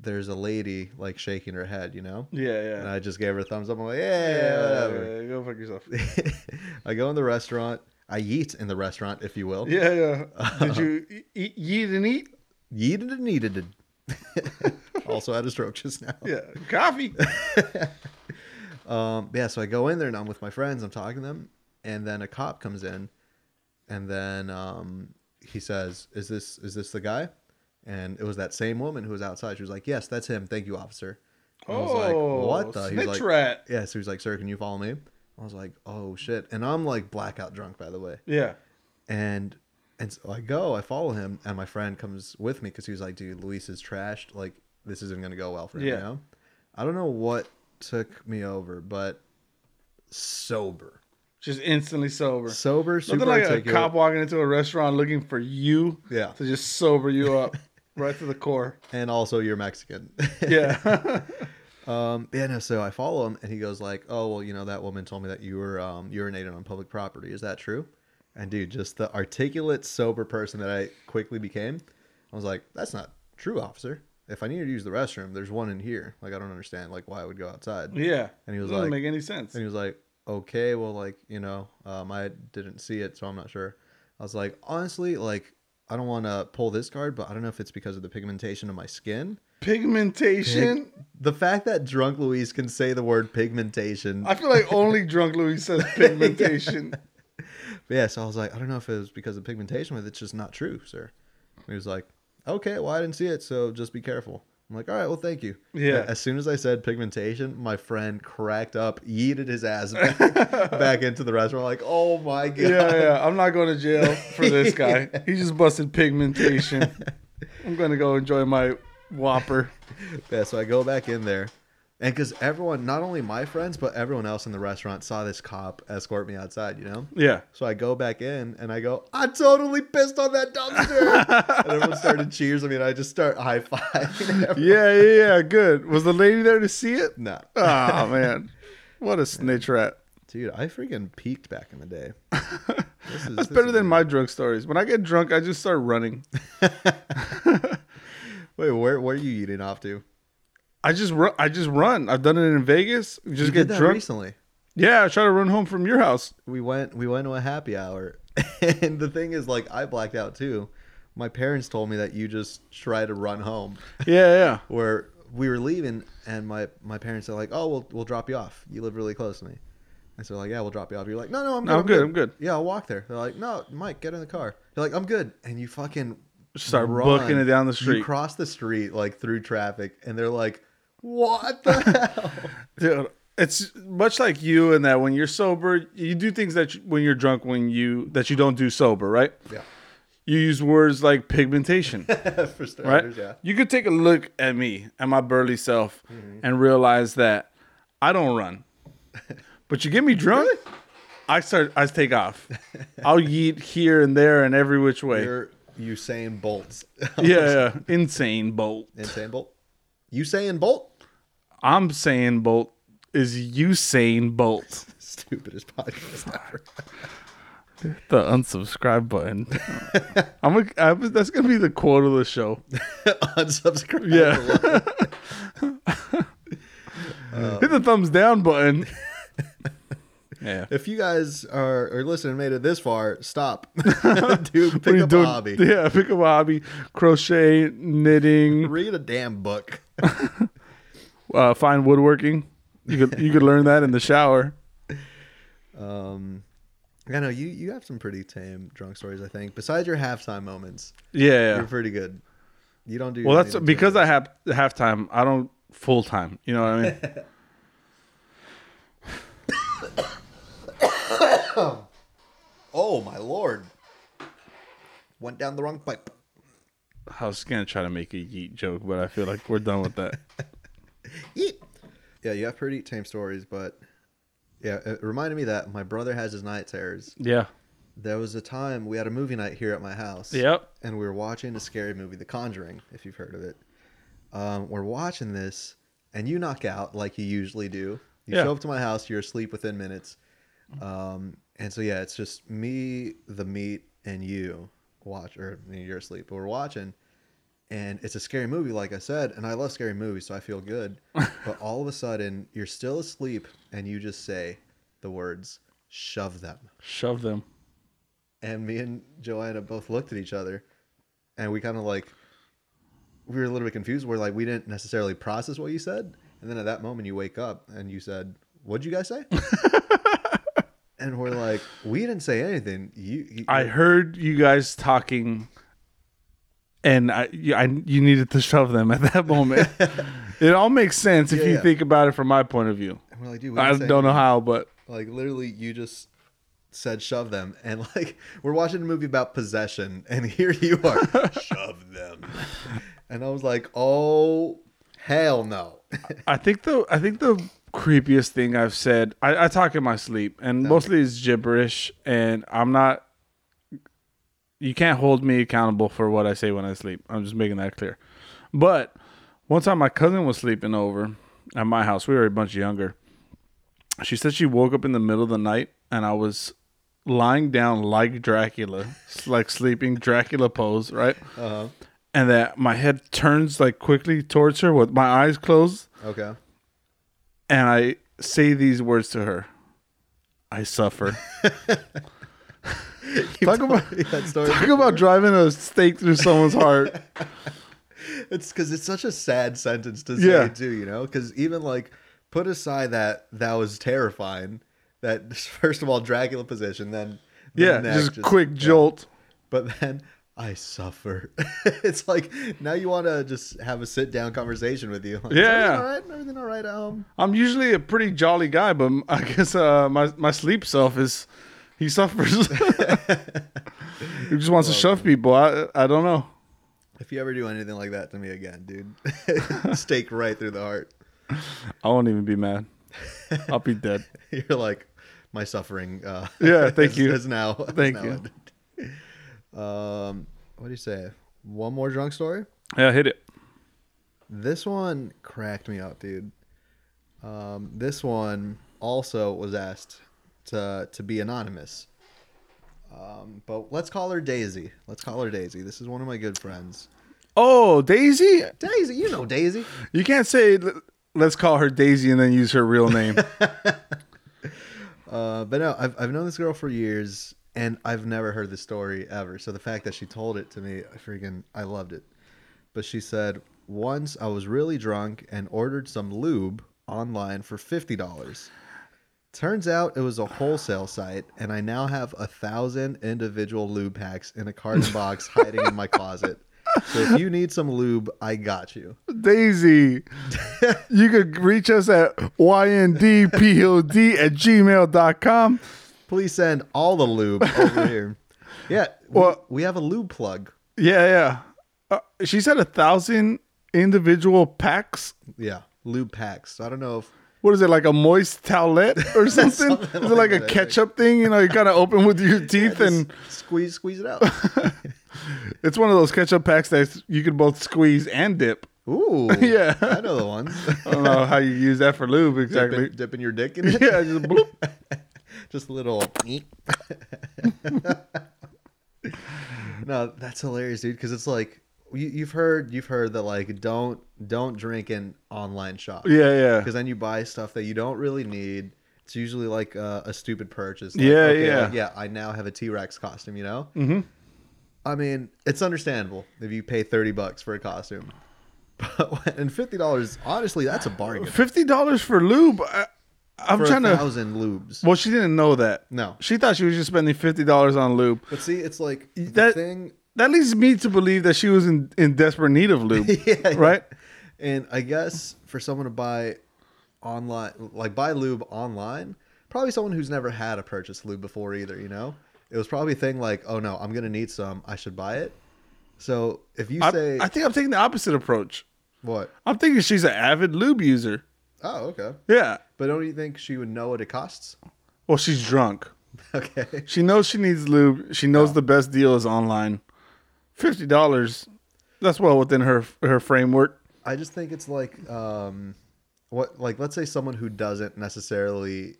Speaker 2: there's a lady like shaking her head, you know,
Speaker 1: yeah,
Speaker 2: and
Speaker 1: yeah.
Speaker 2: I just gave her a thumbs up. I'm like,
Speaker 1: Yeah,
Speaker 2: yeah, whatever.
Speaker 1: yeah, go fuck yourself.
Speaker 2: I go in the restaurant. I yeet in the restaurant, if you will.
Speaker 1: Yeah, yeah. Did you e- eat, eat and eat?
Speaker 2: Yeeted and needed it. also had a stroke just now.
Speaker 1: Yeah, coffee.
Speaker 2: Um, yeah, so I go in there and I'm with my friends, I'm talking to them, and then a cop comes in, and then um, he says, "Is this is this the guy?" And it was that same woman who was outside. She was like, "Yes, that's him. Thank you, officer." And I was
Speaker 1: Oh,
Speaker 2: like, "What the?" He was
Speaker 1: snitch
Speaker 2: like,
Speaker 1: rat.
Speaker 2: "Yeah." So he was like, "Sir, can you follow me?" I was like, "Oh shit!" And I'm like blackout drunk, by the way.
Speaker 1: Yeah.
Speaker 2: And and so I go, I follow him, and my friend comes with me because he was like, "Dude, Luis is trashed. Like this isn't gonna go well for him."
Speaker 1: Yeah.
Speaker 2: You know? I don't know what took me over, but sober,
Speaker 1: Just instantly sober.
Speaker 2: sober, super
Speaker 1: Nothing like a
Speaker 2: articulate.
Speaker 1: cop walking into a restaurant looking for you
Speaker 2: Yeah.
Speaker 1: to just sober you up right to the core.
Speaker 2: and also you're Mexican.
Speaker 1: Yeah.
Speaker 2: um, yeah, no. So I follow him, and he goes like, "Oh well, you know that woman told me that you were um, urinating on public property. Is that true?" And dude, just the articulate, sober person that I quickly became, I was like, "That's not true, officer. If I needed to use the restroom, there's one in here. Like I don't understand like why I would go outside."
Speaker 1: yeah.
Speaker 2: And he was
Speaker 1: doesn't
Speaker 2: like-
Speaker 1: make any sense.
Speaker 2: And he was like, okay, well, like, you know, um, I didn't see it, so I'm not sure. I was like, honestly, like, I don't want to pull this card, but I don't know if it's because of the pigmentation of my skin.
Speaker 1: Pigmentation.
Speaker 2: The fact that drunk Louise can say the word pigmentation.
Speaker 1: I feel like only drunk Louis says pigmentation.
Speaker 2: yeah, so I was like, I don't know if it was because of pigmentation, but it's just not true, sir. And he was like, okay, well, I didn't see it, so just be careful. I'm like, all right, well, thank you.
Speaker 1: Yeah.
Speaker 2: As soon as I said pigmentation, my friend cracked up, yeeted his ass back, back into the restaurant. Like, oh my god.
Speaker 1: Yeah, yeah. I'm not going to jail for this guy. He just busted pigmentation. I'm going to go enjoy my Whopper.
Speaker 2: Yeah, so I go back in there. And because everyone, not only my friends, but everyone else in the restaurant saw this cop escort me outside, you know?
Speaker 1: Yeah.
Speaker 2: So I go back in and I go, I totally pissed on that dumpster. and everyone started cheers at me and I just start high fiving.
Speaker 1: Yeah, yeah, yeah. Good. Was the lady there to see it?
Speaker 2: Nah.
Speaker 1: Oh, man. What a snitch rat.
Speaker 2: Dude, I freaking peaked back in the day. This is,
Speaker 1: That's
Speaker 2: this
Speaker 1: better
Speaker 2: is-
Speaker 1: than my drunk stories. When I get drunk, I just start running.
Speaker 2: Wait, where, where are you eating off to?
Speaker 1: I just run. I just run. I've done it in Vegas. You just
Speaker 2: You
Speaker 1: get
Speaker 2: did that
Speaker 1: drunk.
Speaker 2: recently.
Speaker 1: Yeah, I try to run home from your house.
Speaker 2: we went we went to a happy hour and the thing is like i blacked out too my parents told me that you just try to run home
Speaker 1: Yeah, yeah.
Speaker 2: where we were leaving and my my parents are like oh we'll, we'll drop you off you live really close to me And so they're like, yeah, we'll drop you off. You're like, no, no, I'm good.
Speaker 1: No, I'm good, I'm good.
Speaker 2: Yeah, I'll walk there. They're like, no, Mike, get in the car. You're like, I'm good. And you fucking
Speaker 1: Start
Speaker 2: run.
Speaker 1: booking it down the
Speaker 2: You
Speaker 1: street.
Speaker 2: cross the street like through traffic, and they're like, what the hell?
Speaker 1: Dude, it's much like you in that when you're sober, you do things that you, when you're drunk when you that you don't do sober, right?
Speaker 2: yeah,
Speaker 1: You use words like pigmentation,
Speaker 2: for
Speaker 1: right?
Speaker 2: starters, yeah.
Speaker 1: You could take a look at me and my burly self
Speaker 2: Mm-hmm.
Speaker 1: and realize that I don't run. But you get me drunk, I start I take off. I'll yeet here and there and every which way.
Speaker 2: You're Usain Bolt's
Speaker 1: yeah, yeah. insane bolt.
Speaker 2: Usain Bolt. Usain Bolt.
Speaker 1: I'm saying Bolt is Usain Bolt.
Speaker 2: Stupidest podcast ever.
Speaker 1: The unsubscribe button. I'm, a, I'm that's gonna be the quote of the show.
Speaker 2: Unsubscribe.
Speaker 1: Yeah. Hit the thumbs down button. yeah.
Speaker 2: If you guys are, are listening, and made it this far, stop. Dude,
Speaker 1: What are
Speaker 2: pick
Speaker 1: you
Speaker 2: up
Speaker 1: doing?
Speaker 2: a hobby.
Speaker 1: Yeah, pick up a hobby. Crochet, knitting,
Speaker 2: Read a damn book.
Speaker 1: uh, fine woodworking. You could you could learn that in the shower.
Speaker 2: Um, I know you you have some pretty tame drunk stories. I think besides your halftime moments,
Speaker 1: Yeah.
Speaker 2: you're pretty good. You don't do
Speaker 1: Well, that's
Speaker 2: anything
Speaker 1: because
Speaker 2: too-
Speaker 1: I have halftime. I don't full time. You know what I mean?
Speaker 2: Oh my lord, went down the wrong pipe.
Speaker 1: I was gonna try to make a yeet joke, but I feel like we're done with that.
Speaker 2: Yeet. Yeah, you have pretty tame stories, but yeah, it reminded me that my brother has his night terrors.
Speaker 1: Yeah.
Speaker 2: There was a time we had a movie night here at my house.
Speaker 1: Yep.
Speaker 2: And we were watching a scary movie, The Conjuring, if you've heard of it. Um, we're watching this, and you knock out like you usually do. You
Speaker 1: Yeah.
Speaker 2: show up to my house, you're asleep within minutes. Um, and so yeah, it's just me, the meat, and you watch, or I mean, you're asleep, but we're watching, and it's a scary movie, like I said, and I love scary movies, so I feel good. but all of a sudden, you're still asleep, and you just say the words "shove them."
Speaker 1: Shove them.
Speaker 2: and me and Joanna both looked at each other, and we kind of like we were a little bit confused. We're like we didn't necessarily process what you said, and then at that moment you wake up and you said, "What'd you guys say?" and we're like, "We didn't say anything." You, you
Speaker 1: I heard you guys talking, and I, you- I you needed to shove them at that moment. it all makes sense if
Speaker 2: Yeah,
Speaker 1: you
Speaker 2: yeah.
Speaker 1: think about it from my point of view.
Speaker 2: and we're like, "Dude, we
Speaker 1: I
Speaker 2: didn't say
Speaker 1: don't know how, but
Speaker 2: Like literally, you just said shove them, and like we're watching a movie about possession, and here you are, shove them, and I was like, "Oh hell no!"
Speaker 1: I think the I think the creepiest thing I've said. I, I talk in my sleep, and mostly it's gibberish, and I'm not. You can't hold me accountable for what I say when I sleep. I'm just making that clear. But one time, my cousin was sleeping over at my house. We were a bunch younger. She said she woke up in the middle of the night, and I was lying down like Dracula, like sleeping Dracula pose, right?
Speaker 2: Uh-huh.
Speaker 1: And that my head turns like quickly towards her with my eyes closed
Speaker 2: Okay.
Speaker 1: and I say these words to her. I suffer. talk about
Speaker 2: that story.
Speaker 1: talk about driving a stake through someone's heart.
Speaker 2: it's because it's such a sad sentence to
Speaker 1: Yeah.
Speaker 2: say too, you know. Because even like put aside that that was terrifying. That first of all, Dracula position, then the
Speaker 1: yeah,
Speaker 2: neck
Speaker 1: just quick jolt.
Speaker 2: But then I suffer. it's like now you want to just have a sit down conversation with you. Like, is
Speaker 1: Yeah.
Speaker 2: everything all right. Everything all right at home.
Speaker 1: I'm usually a pretty jolly guy, but I guess uh, my my sleep self is he suffers. he just wants to shove people. I I don't know.
Speaker 2: If you ever do anything like that to me again, dude, stake right through the heart.
Speaker 1: I won't even be mad. I'll be dead.
Speaker 2: You're like my suffering. Uh,
Speaker 1: Yeah, thank
Speaker 2: is-
Speaker 1: you.
Speaker 2: Is now is
Speaker 1: Thank
Speaker 2: now
Speaker 1: you.
Speaker 2: ended. Um, what do you say? One more drunk story.
Speaker 1: Yeah, hit it.
Speaker 2: This one cracked me up, dude. Um, this one also was asked to to be anonymous. Um, but let's call her Daisy. Let's call her Daisy. This is one of my good friends.
Speaker 1: Oh, Daisy.
Speaker 2: Daisy, you know Daisy.
Speaker 1: You can't say l- let's call her Daisy and then use her real name.
Speaker 2: Uh, but no, I've, I've known this girl for years, and I've never heard this story ever. So the fact that she told it to me, I freaking, I loved it. But she said, once I was really drunk and ordered some lube online for $50. Turns out it was a wholesale site, and I now have a thousand individual lube packs in a carton box hiding in my closet. So if you need some lube, I got you.
Speaker 1: Daisy, you could reach us at yndpod at gmail.com.
Speaker 2: Please send all the lube over here. Yeah, we,
Speaker 1: Well-
Speaker 2: we have a lube plug.
Speaker 1: Yeah, yeah. Uh, she said a thousand individual packs.
Speaker 2: Yeah, lube packs. So I don't know if
Speaker 1: What is it like a moist towelette or something?
Speaker 2: Something
Speaker 1: is it like
Speaker 2: like
Speaker 1: a
Speaker 2: that, I think.
Speaker 1: ketchup thing? You know, you kind of open with your teeth, and
Speaker 2: Just squeeze squeeze it out.
Speaker 1: it's one of those ketchup packs that you can both squeeze and dip.
Speaker 2: Ooh,
Speaker 1: Yeah.
Speaker 2: I know the ones.
Speaker 1: I don't know how you use that for lube exactly.
Speaker 2: dipping, dipping your dick in it.
Speaker 1: Yeah, just bloop.
Speaker 2: just a little. eek. no, that's hilarious, dude. Because it's like you, you've heard, you've heard that like don't don't drink in online shop.
Speaker 1: Yeah, yeah.
Speaker 2: Because then you buy stuff that you don't really need. It's usually like uh, a, a stupid purchase. Like,
Speaker 1: Yeah, yeah.
Speaker 2: like, yeah. I now have a T Rex costume. You know. Mm-hmm. I mean, it's understandable if you pay thirty bucks for a costume, but when, and fifty dollars. Honestly, that's a bargain.
Speaker 1: Fifty dollars for lube. I, I'm
Speaker 2: For
Speaker 1: trying
Speaker 2: a
Speaker 1: to.
Speaker 2: thousand lubes.
Speaker 1: Well, she didn't know that.
Speaker 2: No.
Speaker 1: she thought she was just spending fifty dollars on lube.
Speaker 2: But see, it's like the
Speaker 1: That-
Speaker 2: thing.
Speaker 1: That leads me to believe that she was in, in desperate need of lube,
Speaker 2: Yeah,
Speaker 1: right?
Speaker 2: And I guess for someone to buy online, like buy lube online, probably someone who's never had a purchase lube before either, you know? It was probably a thing like, oh no, I'm going to need some. I should buy it. So if you
Speaker 1: I,
Speaker 2: say,
Speaker 1: I think I'm taking the opposite approach.
Speaker 2: what?
Speaker 1: I'm thinking she's an avid lube user.
Speaker 2: Oh, okay.
Speaker 1: Yeah.
Speaker 2: But don't you think she would know what it costs?
Speaker 1: Well, she's drunk.
Speaker 2: Okay.
Speaker 1: She knows she needs lube. She knows the best deal is online. Fifty dollars. That's well within her her framework.
Speaker 2: I just think it's like, um, what, like, let's say someone who doesn't necessarily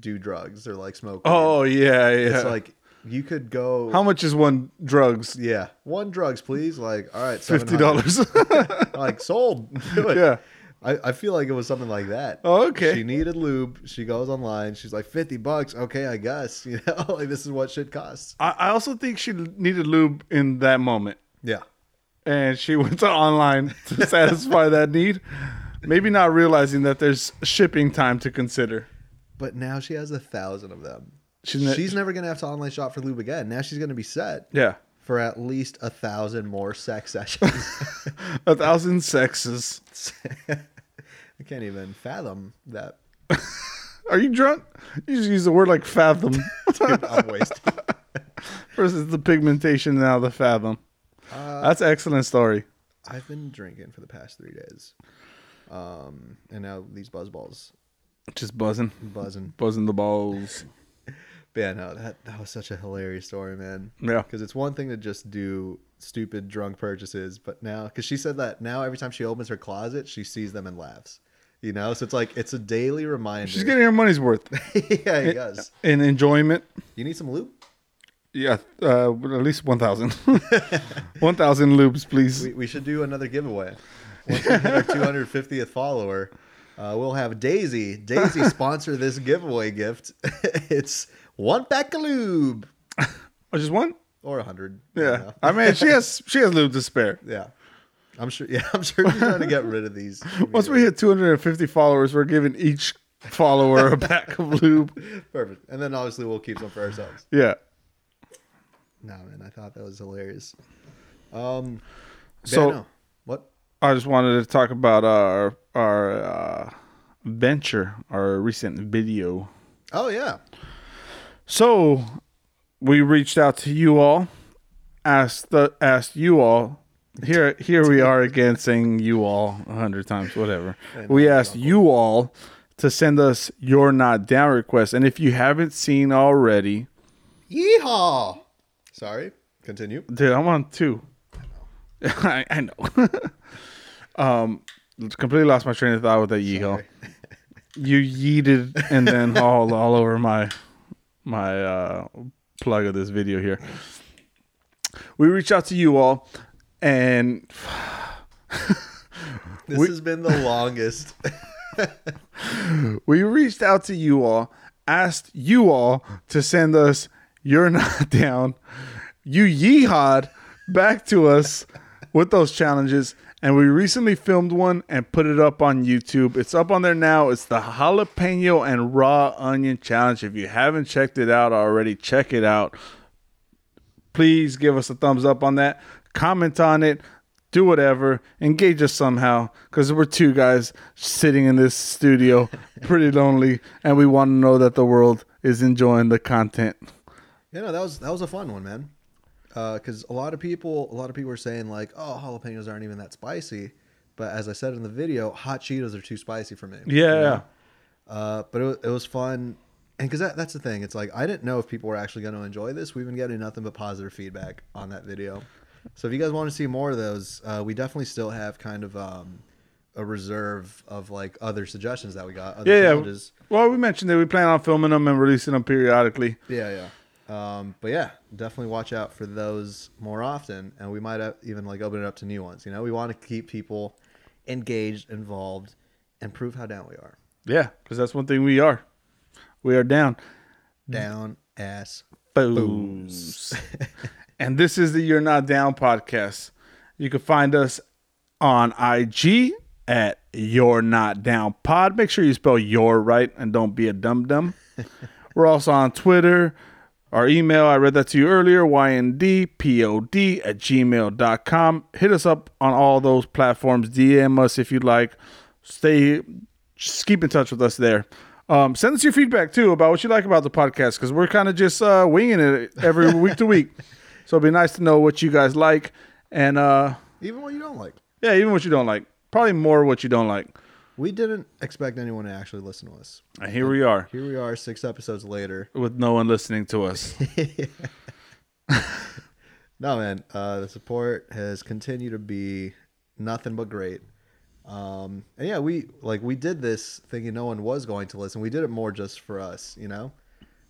Speaker 2: do drugs or like smoke. weed.
Speaker 1: Oh yeah, yeah.
Speaker 2: it's like you could go.
Speaker 1: how much is one drugs?
Speaker 2: Yeah, one drugs, please. Like, all right,
Speaker 1: Fifty
Speaker 2: $700.
Speaker 1: dollars.
Speaker 2: like sold. Do it.
Speaker 1: Yeah.
Speaker 2: I, I feel like it was something like that.
Speaker 1: Oh, okay.
Speaker 2: She needed lube. She goes online. She's like fifty bucks. Okay, I guess you know like this is what shit costs.
Speaker 1: I, I also think she needed lube in that moment,
Speaker 2: Yeah,
Speaker 1: and she went to online to satisfy that need. Maybe not realizing that there's shipping time to consider.
Speaker 2: but now she has a thousand of them.
Speaker 1: She's ne-
Speaker 2: she's never gonna have to online shop for lube again. Now she's gonna be set
Speaker 1: Yeah,
Speaker 2: for at least a thousand more sex sessions.
Speaker 1: a thousand sexes.
Speaker 2: I can't even fathom that.
Speaker 1: Are you drunk? You just use the word like fathom
Speaker 2: Dude, I'm wasted.
Speaker 1: versus the pigmentation now the fathom.
Speaker 2: Uh,
Speaker 1: That's an excellent story.
Speaker 2: I've been drinking for the past three days, um, and now these buzz balls
Speaker 1: Just buzzing,
Speaker 2: buzzing.
Speaker 1: buzzing the balls.
Speaker 2: But yeah, no, that that was such a hilarious story, man.
Speaker 1: Yeah.
Speaker 2: because it's one thing to just do stupid drunk purchases, but now because she said that now every time she opens her closet, she sees them and laughs. You know, so it's like it's a daily reminder.
Speaker 1: She's getting her money's worth
Speaker 2: yeah, it does.
Speaker 1: in enjoyment.
Speaker 2: You need some lube.
Speaker 1: Yeah, uh, at least 1,000. 1,000 loops, please.
Speaker 2: We, we should do another giveaway. Once we hit our 250th follower, uh, we'll have Daisy. Daisy sponsor this giveaway gift. it's one pack of lube
Speaker 1: Oh, just one?
Speaker 2: or a hundred.
Speaker 1: Yeah. I mean, she has she has lube to spare.
Speaker 2: Yeah. I'm sure yeah, I'm sure you're trying to get rid of these.
Speaker 1: Once we hit 250 followers, we're giving each follower a pack of lube.
Speaker 2: perfect. And then obviously we'll keep some for ourselves.
Speaker 1: Yeah.
Speaker 2: No man, I thought that was hilarious. Um
Speaker 1: So-
Speaker 2: yeah, no. what?
Speaker 1: I just wanted to talk about our our uh, venture, our recent video.
Speaker 2: Oh yeah.
Speaker 1: So we reached out to you all, asked the asked you all. Here here we are again saying you all a hundred times, whatever. We asked you all to send us your not down request. And if you haven't seen already,
Speaker 2: Yeehaw. Sorry. Continue.
Speaker 1: dude, I'm on two. I, I know. um completely lost my train of thought with that yeehaw. You yeeted and then all all over my my uh plug of this video here. We reached out to you all and
Speaker 2: This has been the longest.
Speaker 1: we reached out to you all, asked you all to send us You're Not Down, You Yeehawed back to us with those challenges. And we recently filmed one and put it up on YouTube. It's up on there now. It's the jalapeno and raw onion challenge. If you haven't checked it out already, check it out. Please give us a thumbs up on that. Comment on it. Do whatever. Engage us somehow because we're two guys sitting in this studio, pretty lonely, and we want to know that the world is enjoying the content.
Speaker 2: Yeah, no, that was that was a fun one, man. Because a lot of people, a lot of people were saying like, "Oh, jalapenos aren't even that spicy," but as I said in the video, hot Cheetos are too spicy for me.
Speaker 1: Yeah.
Speaker 2: Uh, but it was, it was fun, and because that, that's the thing, it's like I didn't know if people were actually going to enjoy this. We've been getting nothing but positive feedback on that video. So if you guys want to see more of those, uh, we definitely still have kind of um, a reserve of like other suggestions that we got. Other
Speaker 1: Yeah, yeah.
Speaker 2: challenges.
Speaker 1: Well, we mentioned that we plan on filming them and releasing them periodically.
Speaker 2: Yeah, yeah. Um, but yeah, definitely watch out for those more often, and we might uh, even like open it up to new ones. You know, we want to keep people engaged, involved, and prove how down we are.
Speaker 1: Yeah, because that's one thing we are. We are down. Mm-hmm.
Speaker 2: Down ass.
Speaker 1: Booze. and this is the You're Not Down podcast. You can find us on IG at You're Not Down Pod. Make sure you spell your right and don't be a dum dum. We're also on Twitter. Our email, I read that to you earlier, yndpod at gmail.com. Hit us up on all those platforms. DM us if you'd like. Stay, just keep in touch with us there. Um, send us your feedback too about what you like about the podcast because we're kind of just uh, winging it every week to week. So it'd be nice to know what you guys like and uh,
Speaker 2: Even what you don't like.
Speaker 1: yeah, even what you don't like. Probably more what you don't like.
Speaker 2: We didn't expect anyone to actually listen to us.
Speaker 1: And here we are
Speaker 2: Here we are, six episodes later.
Speaker 1: with no one listening to us.
Speaker 2: No, man, uh, the support has continued to be nothing but great. Um, and yeah, we like we did this thinking no one was going to listen. We did it more just for us, you know.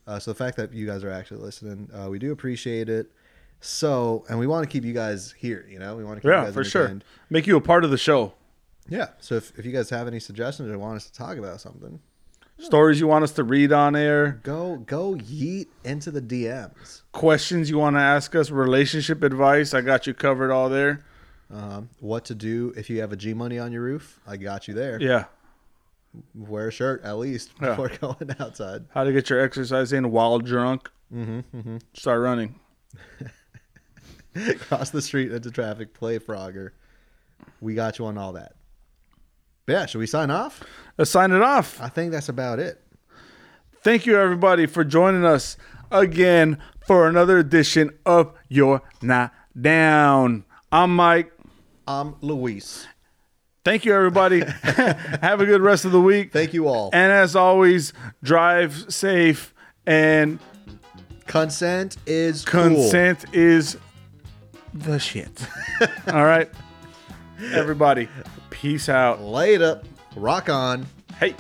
Speaker 2: Uh, so the fact that you guys are actually listening, uh, we do appreciate it. So, and we want to keep you guys here, you know. We want to keep you
Speaker 1: Yeah,
Speaker 2: guys
Speaker 1: for sure.
Speaker 2: entertained.
Speaker 1: Make you a part of the show.
Speaker 2: Yeah. So if, if you guys have any suggestions or want us to talk about something,
Speaker 1: Stories you want us to read on air.
Speaker 2: go go yeet into the DMs.
Speaker 1: questions you want to ask us, relationship advice, I got you covered all there.
Speaker 2: Um, what to do if you have a G money on your roof? I got you there.
Speaker 1: Yeah.
Speaker 2: wear a shirt at least
Speaker 1: Yeah.
Speaker 2: before going outside.
Speaker 1: How to get your exercise in while drunk. Start running.
Speaker 2: Cross the street into traffic, play Frogger. We got you on all that. But yeah, should we sign off?
Speaker 1: Let's sign it off.
Speaker 2: I think that's about it.
Speaker 1: Thank you, everybody, for joining us again for another edition of Your Not Down. I'm Mike.
Speaker 2: I'm Luis.
Speaker 1: Thank you, everybody. Have a good rest of the week.
Speaker 2: Thank you all.
Speaker 1: And as always, drive safe and
Speaker 2: Consent is cool.
Speaker 1: consent is the shit. All right. Everybody, peace out.
Speaker 2: Later. Rock on.
Speaker 1: Hey.